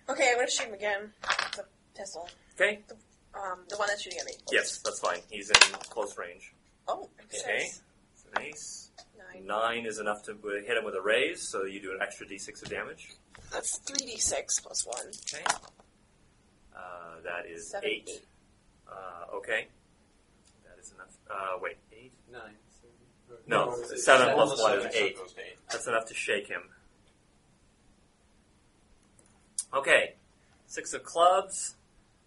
Speaker 7: Okay, I'm gonna shoot him again. It's a pistol.
Speaker 2: Okay.
Speaker 7: Um, the one that's shooting at me.
Speaker 2: Yes, that's fine. He's in close range.
Speaker 7: Oh,
Speaker 2: Okay.
Speaker 7: six,
Speaker 2: Nice.
Speaker 7: nine.
Speaker 2: Nine is enough to uh, hit him with a raise, so you do an extra d6 of damage.
Speaker 8: That's 3d6 plus 1.
Speaker 2: Okay. Uh, that is
Speaker 5: Seven,
Speaker 2: eight.
Speaker 5: eight.
Speaker 2: Uh, okay. That is enough. Uh, wait, eight?
Speaker 6: Nine.
Speaker 2: No,
Speaker 4: it's- it's
Speaker 2: seven
Speaker 4: on
Speaker 2: plus
Speaker 4: the
Speaker 2: one
Speaker 4: seven,
Speaker 2: is
Speaker 4: so it
Speaker 2: eight.
Speaker 4: goes to eight.
Speaker 2: That's enough to shake him. Okay, six of clubs.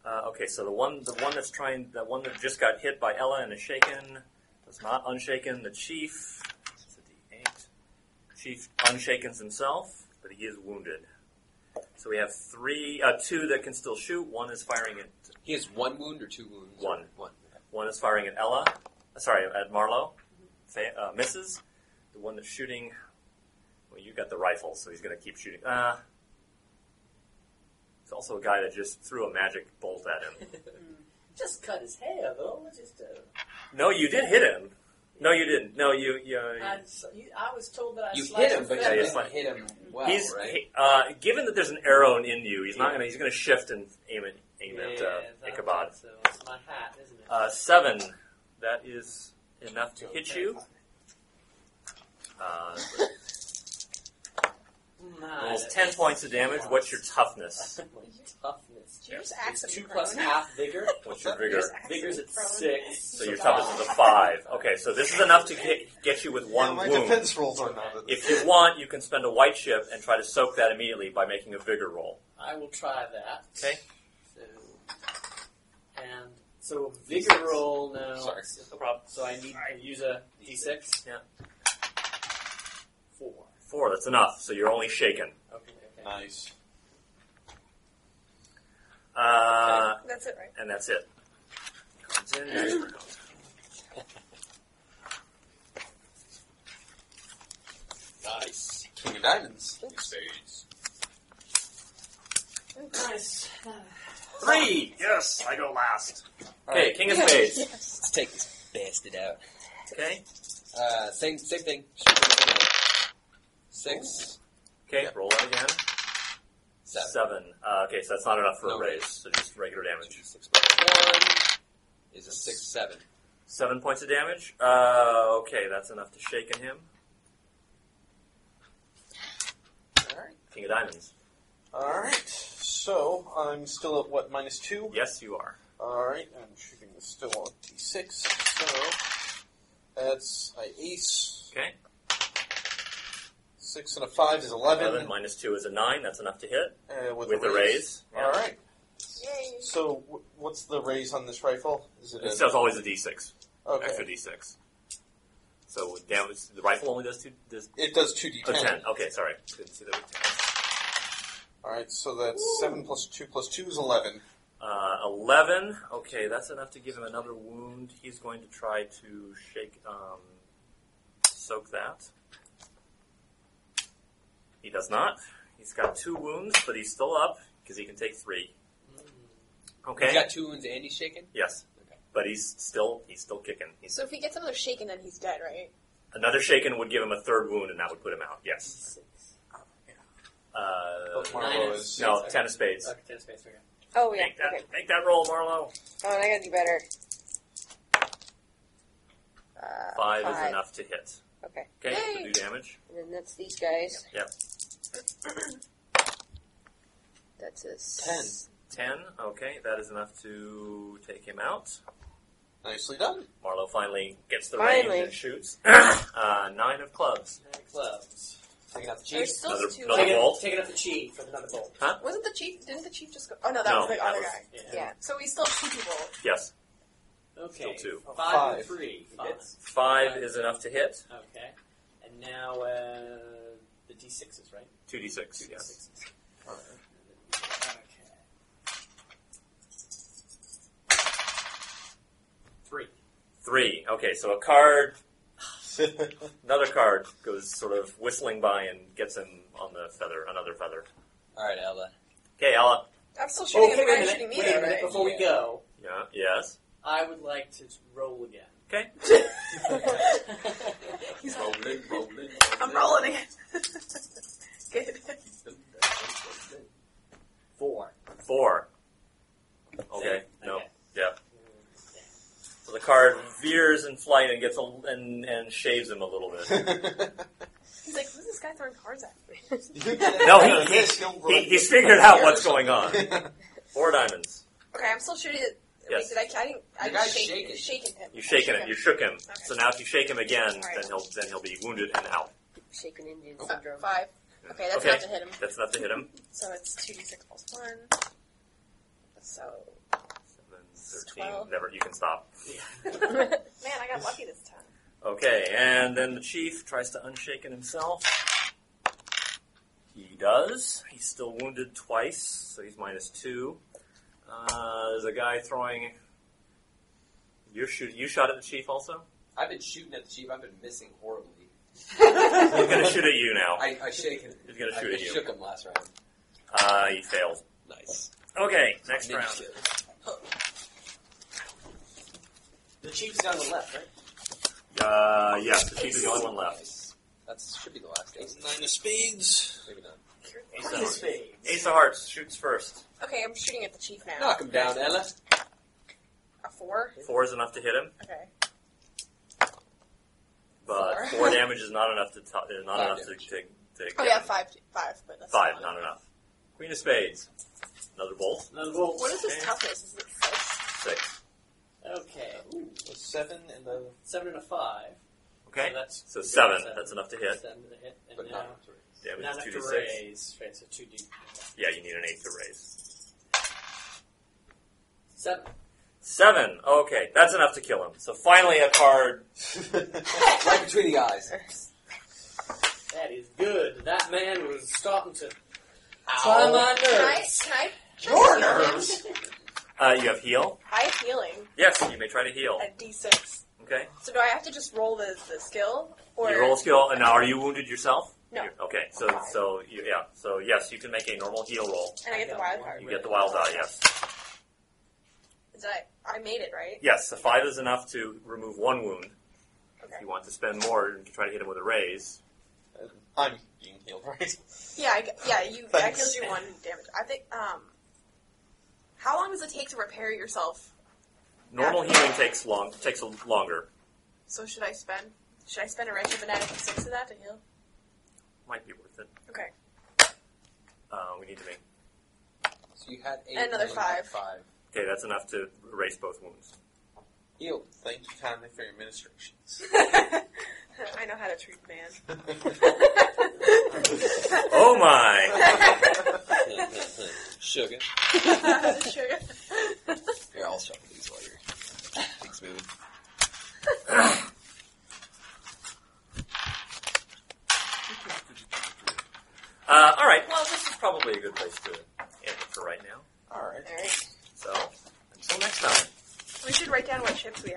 Speaker 2: Uh, okay, so the one, the one that's trying, the one that just got hit by Ella and is shaken, that's not unshaken. The chief, it's a D8. Chief unshakens himself, but he is wounded. So we have three, uh, two that can still shoot. One is firing at,
Speaker 6: He has one wound or two wounds?
Speaker 2: One.
Speaker 6: One.
Speaker 2: one is firing at Ella. uh, Sorry, at Marlowe. Fa- uh, misses. The one that's shooting. Well, you got the rifle, so he's going to keep shooting. Uh, It's also a guy that just threw a magic bolt at him.
Speaker 3: Just cut his hair, though. Just, uh,
Speaker 2: No, you did hit him. No, you didn't. No, you. you, uh,
Speaker 8: I, s- you- I was told that I
Speaker 6: You
Speaker 8: sliced
Speaker 6: hit him, but
Speaker 8: feather.
Speaker 2: Mm.
Speaker 6: you
Speaker 2: Yeah,
Speaker 6: didn't
Speaker 2: fine.
Speaker 6: hit him well,
Speaker 2: he's
Speaker 6: right?
Speaker 2: he- uh, given that there's an arrow in you. He's not gonna. He's gonna shift and aim at aim at uh,
Speaker 3: yeah,
Speaker 2: Ichabod.
Speaker 3: So it's my hat, isn't it?
Speaker 2: Uh, seven. That is enough to hit you. Uh,
Speaker 3: My
Speaker 2: rolls ten points of damage. What's your toughness?
Speaker 3: My toughness.
Speaker 8: Did you just
Speaker 3: It's
Speaker 8: accident
Speaker 3: two plus
Speaker 8: prone?
Speaker 3: half vigor.
Speaker 2: What's your vigor?
Speaker 3: Vigor's at
Speaker 8: Prone.
Speaker 3: six.
Speaker 2: So your toughness is a five. Okay, so this is enough to get, get you with
Speaker 4: yeah,
Speaker 2: one
Speaker 4: my
Speaker 2: wound.
Speaker 4: defense rolls are not.
Speaker 2: If you want, you can spend a white chip and try to soak that immediately by making a vigor roll.
Speaker 3: I will try that.
Speaker 2: Okay.
Speaker 3: So, and so vigor roll now.
Speaker 4: Sorry.
Speaker 3: No problem. So I need I use a d6.
Speaker 2: Yeah.
Speaker 3: Four.
Speaker 2: Four, that's enough. So you're only shaken.
Speaker 3: Okay. okay.
Speaker 4: nice.
Speaker 2: Uh,
Speaker 7: That's it, right?
Speaker 2: and that's it. Comes in, newspaper comes
Speaker 4: Nice. King of Diamonds. Spades.
Speaker 3: Nice.
Speaker 2: out. Three. Yes, I go last. Okay,
Speaker 6: Alright,
Speaker 2: King of Spades.
Speaker 6: let's take this bastard out.
Speaker 2: Okay.
Speaker 6: Uh, same, same thing. Six.
Speaker 2: Okay. Roll that again.
Speaker 6: Seven.
Speaker 2: Uh, okay, so that's not enough for
Speaker 6: No
Speaker 2: a raise.
Speaker 6: raise.
Speaker 2: So just regular damage.
Speaker 6: Six plus one is a six, seven.
Speaker 2: Seven points of damage. Uh, okay, that's enough to shaken him.
Speaker 4: Alright.
Speaker 2: King of Diamonds.
Speaker 4: Alright. So, I'm still at what, minus two?
Speaker 2: Yes, you are.
Speaker 4: Alright, I'm shooting this still on D6. So, that's I ace.
Speaker 2: Okay.
Speaker 4: Six and a five is 11.
Speaker 2: Eleven minus two is a nine. That's enough to hit
Speaker 4: Uh, with,
Speaker 2: with
Speaker 4: a
Speaker 2: a raise. Yeah.
Speaker 4: Alright.
Speaker 8: Yay.
Speaker 4: So, w- what's the raise on this rifle? Is it
Speaker 2: It
Speaker 4: a-
Speaker 2: still always a D6,
Speaker 4: Okay.
Speaker 2: extra D6. So with damage, the rifle only does two. Does
Speaker 4: It does 2d10.
Speaker 2: oh, 10. Okay, sorry, didn't see that. with 10.
Speaker 4: Alright, so that's 7 plus 2 plus 2 is 11.
Speaker 2: Uh, Eleven. Okay, that's enough to give him another wound. He's going to try to shake, um, soak that. He does not. He's got two wounds, but he's still up because he can take three.
Speaker 6: He's
Speaker 2: Okay.
Speaker 6: got two wounds and he's shaken?
Speaker 2: Yes.
Speaker 6: Okay.
Speaker 2: But he's still he's still kicking. He's
Speaker 8: So if he gets another shaken, then he's dead, right?
Speaker 2: Another shaken would give him a third wound, and that would put him out. Yes.
Speaker 3: Six.
Speaker 2: Uh,
Speaker 4: But
Speaker 3: Nine
Speaker 4: Marlowe
Speaker 3: and
Speaker 4: is-
Speaker 2: no, ten of spades.
Speaker 3: Okay, ten space. Okay.
Speaker 5: Oh yeah.
Speaker 2: Make that
Speaker 5: Okay.
Speaker 2: make that roll, Marlowe.
Speaker 5: Oh, and I gotta do better. Uh,
Speaker 2: Five, is
Speaker 5: Five.
Speaker 2: enough to hit.
Speaker 5: Okay.
Speaker 2: Okay, so
Speaker 8: Yay.
Speaker 2: do damage.
Speaker 5: And then that's these guys.
Speaker 2: Yep.
Speaker 5: That's a
Speaker 4: Ten.
Speaker 5: s-
Speaker 2: Ten. Okay, that is enough to take him out.
Speaker 4: Nicely done.
Speaker 2: Marlowe finally gets the
Speaker 5: Finally.
Speaker 2: range and shoots. uh, nine of clubs.
Speaker 3: Nine clubs.
Speaker 6: Taking out the
Speaker 8: There's
Speaker 6: cheese.
Speaker 8: still
Speaker 2: Another-
Speaker 8: two.
Speaker 2: another
Speaker 8: left.
Speaker 3: Taking,
Speaker 2: bolt?
Speaker 3: taking up the chi from another bolt.
Speaker 8: Wasn't the chief? Didn't the chief just go? Oh no, that
Speaker 2: No,
Speaker 8: was the
Speaker 2: that
Speaker 8: other
Speaker 2: was-
Speaker 8: guy.
Speaker 5: Yeah.
Speaker 8: So we still have two people.
Speaker 2: Yes.
Speaker 3: Okay.
Speaker 2: Still two.
Speaker 3: Five, and
Speaker 4: Five.
Speaker 3: three. Five.
Speaker 6: Hits.
Speaker 2: Five is enough to hit.
Speaker 3: Okay. And now uh, the d6s, right?
Speaker 2: Two d
Speaker 3: Two
Speaker 2: six. Yes.
Speaker 3: d6s.
Speaker 4: Alright.
Speaker 3: Okay. Three.
Speaker 2: Three. Okay, so a card, another card goes sort of whistling by and gets him on the feather, another feather.
Speaker 6: Alright, Ella.
Speaker 2: Okay, Ella.
Speaker 8: I'm still shooting
Speaker 3: Oh,
Speaker 8: at
Speaker 3: wait
Speaker 8: the
Speaker 3: a
Speaker 8: guy
Speaker 3: minute.
Speaker 8: shooting me,
Speaker 3: wait a
Speaker 8: though,
Speaker 3: minute.
Speaker 8: right?
Speaker 3: Before we go,
Speaker 2: Yeah. Yes.
Speaker 3: I would like to roll again.
Speaker 2: Okay.
Speaker 8: He's like,
Speaker 6: Rolling, rolling.
Speaker 8: I'm rolling again. Good.
Speaker 3: Four.
Speaker 2: Four. Okay.
Speaker 3: Same.
Speaker 2: No.
Speaker 3: Okay.
Speaker 2: Yeah. card veers in flight and gets a, and and shaves him a little bit.
Speaker 7: He's like, who's this guy throwing cards at?
Speaker 2: No, he- he- He, he's figured out what's going on. Four diamonds.
Speaker 7: Okay, I'm still shooting it.
Speaker 2: Yes.
Speaker 7: Wait, did I? I didn't. I
Speaker 6: The guy's
Speaker 7: shake-
Speaker 6: shaking.
Speaker 7: shaking him.
Speaker 2: You've shaken
Speaker 7: I shook
Speaker 2: him. You shook him. So now if you shake him again,
Speaker 7: All right.
Speaker 2: then he'll then he'll be wounded and out.
Speaker 5: Shaken Indian
Speaker 2: Oh,
Speaker 7: Uh,
Speaker 5: syndrome.
Speaker 7: five. Okay, that's
Speaker 2: Okay.
Speaker 7: not to hit him.
Speaker 2: That's enough to hit him.
Speaker 7: So it's two d six plus one. So
Speaker 2: Seven, Thirteen.
Speaker 7: Twelve.
Speaker 2: Never. You can stop.
Speaker 7: man, I got lucky this time.
Speaker 2: Okay, and then the chief tries to unshaken himself. He does. He's still wounded twice, so he's minus two. Uh, there's a guy throwing. You shoot. You shot at the chief also.
Speaker 6: I've been shooting at the chief. I've been missing horribly.
Speaker 2: He's gonna shoot at you now.
Speaker 6: I, I shake him.
Speaker 2: He's gonna
Speaker 6: I
Speaker 2: shoot at you.
Speaker 6: shook him last round.
Speaker 2: Uh, he fails.
Speaker 6: Nice.
Speaker 2: Okay, next
Speaker 6: Ninja
Speaker 2: round.
Speaker 6: kill.
Speaker 3: The chief's down the left, right?
Speaker 2: Uh, yes, the chief is the only one left.
Speaker 6: Nice. That should be the last ace.
Speaker 4: Nine of spades.
Speaker 6: Maybe not.
Speaker 2: Ace of hearts. Ace of hearts shoots first.
Speaker 7: Okay, I'm shooting at the chief now.
Speaker 6: Knock him down, Ella.
Speaker 7: A four.
Speaker 2: Four is enough to hit him,
Speaker 7: Okay.
Speaker 2: but
Speaker 7: Four.
Speaker 2: four damage is not enough to t- uh, not
Speaker 6: Five
Speaker 2: enough to,
Speaker 6: damage.
Speaker 2: to, to
Speaker 7: Oh
Speaker 2: get
Speaker 7: yeah,
Speaker 2: him.
Speaker 7: five, five, but that's
Speaker 2: Five, not enough. Queen of spades. Another bolt.
Speaker 3: Another bolt.
Speaker 7: What is his
Speaker 2: Okay.
Speaker 7: toughness? Is it six?
Speaker 2: Six.
Speaker 3: Okay. Ooh,
Speaker 4: A seven and a
Speaker 3: seven and a five.
Speaker 2: Okay.
Speaker 3: So that's
Speaker 2: So seven. That's enough to hit.
Speaker 3: Seven to hit, and
Speaker 6: But
Speaker 3: now
Speaker 6: not
Speaker 2: Damage
Speaker 3: not
Speaker 2: is two
Speaker 3: to
Speaker 2: d six.
Speaker 3: raise. Right, so two d
Speaker 2: Yeah, you need an eight to raise.
Speaker 3: seven.
Speaker 2: Seven. Okay, that's enough to kill him. So finally, a card.
Speaker 6: right between the eyes.
Speaker 3: That is good. That man was starting to try
Speaker 6: Ow.
Speaker 3: my
Speaker 7: Can I?
Speaker 3: nerves.
Speaker 7: Can I?
Speaker 4: Your
Speaker 7: nerves.
Speaker 2: Uh, you have heal.
Speaker 7: High healing
Speaker 2: Yes, you may try to heal.
Speaker 7: at D six.
Speaker 2: Okay.
Speaker 7: So do I have to just roll the, the skill? Or
Speaker 2: You roll a skill, and now are you wounded yourself?
Speaker 7: No.
Speaker 2: You're- okay. So so you, yeah. So yes, you can make a normal heal roll.
Speaker 7: and I get the wild card.
Speaker 2: You get the wild die. Yes.
Speaker 7: Is that I made it right?
Speaker 2: Yes, a five is enough to remove one wound. If
Speaker 7: Okay.
Speaker 2: you want to spend more and try to hit him with a raise,
Speaker 4: I'm being healed, right?
Speaker 7: Yeah, I, get- yeah. You I
Speaker 4: Thanks.
Speaker 7: healed you one damage. I think. Um, how long does it take to repair yourself?
Speaker 2: normal healing takes long takes a longer.
Speaker 7: So should I spend? Should I spend a wretched banana for six of that to heal?
Speaker 2: Might be worth it.
Speaker 7: Okay.
Speaker 2: Uh, we need to make.
Speaker 6: So you had eight.
Speaker 7: And another
Speaker 6: and you
Speaker 7: five.
Speaker 6: had Five.
Speaker 2: Okay, that's enough to erase both wounds.
Speaker 6: Heal.
Speaker 4: Thank you kindly for your ministrations.
Speaker 7: I know how to treat man.
Speaker 2: Oh my!
Speaker 6: Sugar.
Speaker 7: Sugar.
Speaker 6: Here, I'll shuffle these while you're. Things moving.
Speaker 2: Uh, all right. Well, this is probably a good place to end it for right now.
Speaker 4: All right.
Speaker 7: All right.
Speaker 2: So until next time.
Speaker 7: We should write down what chips we have.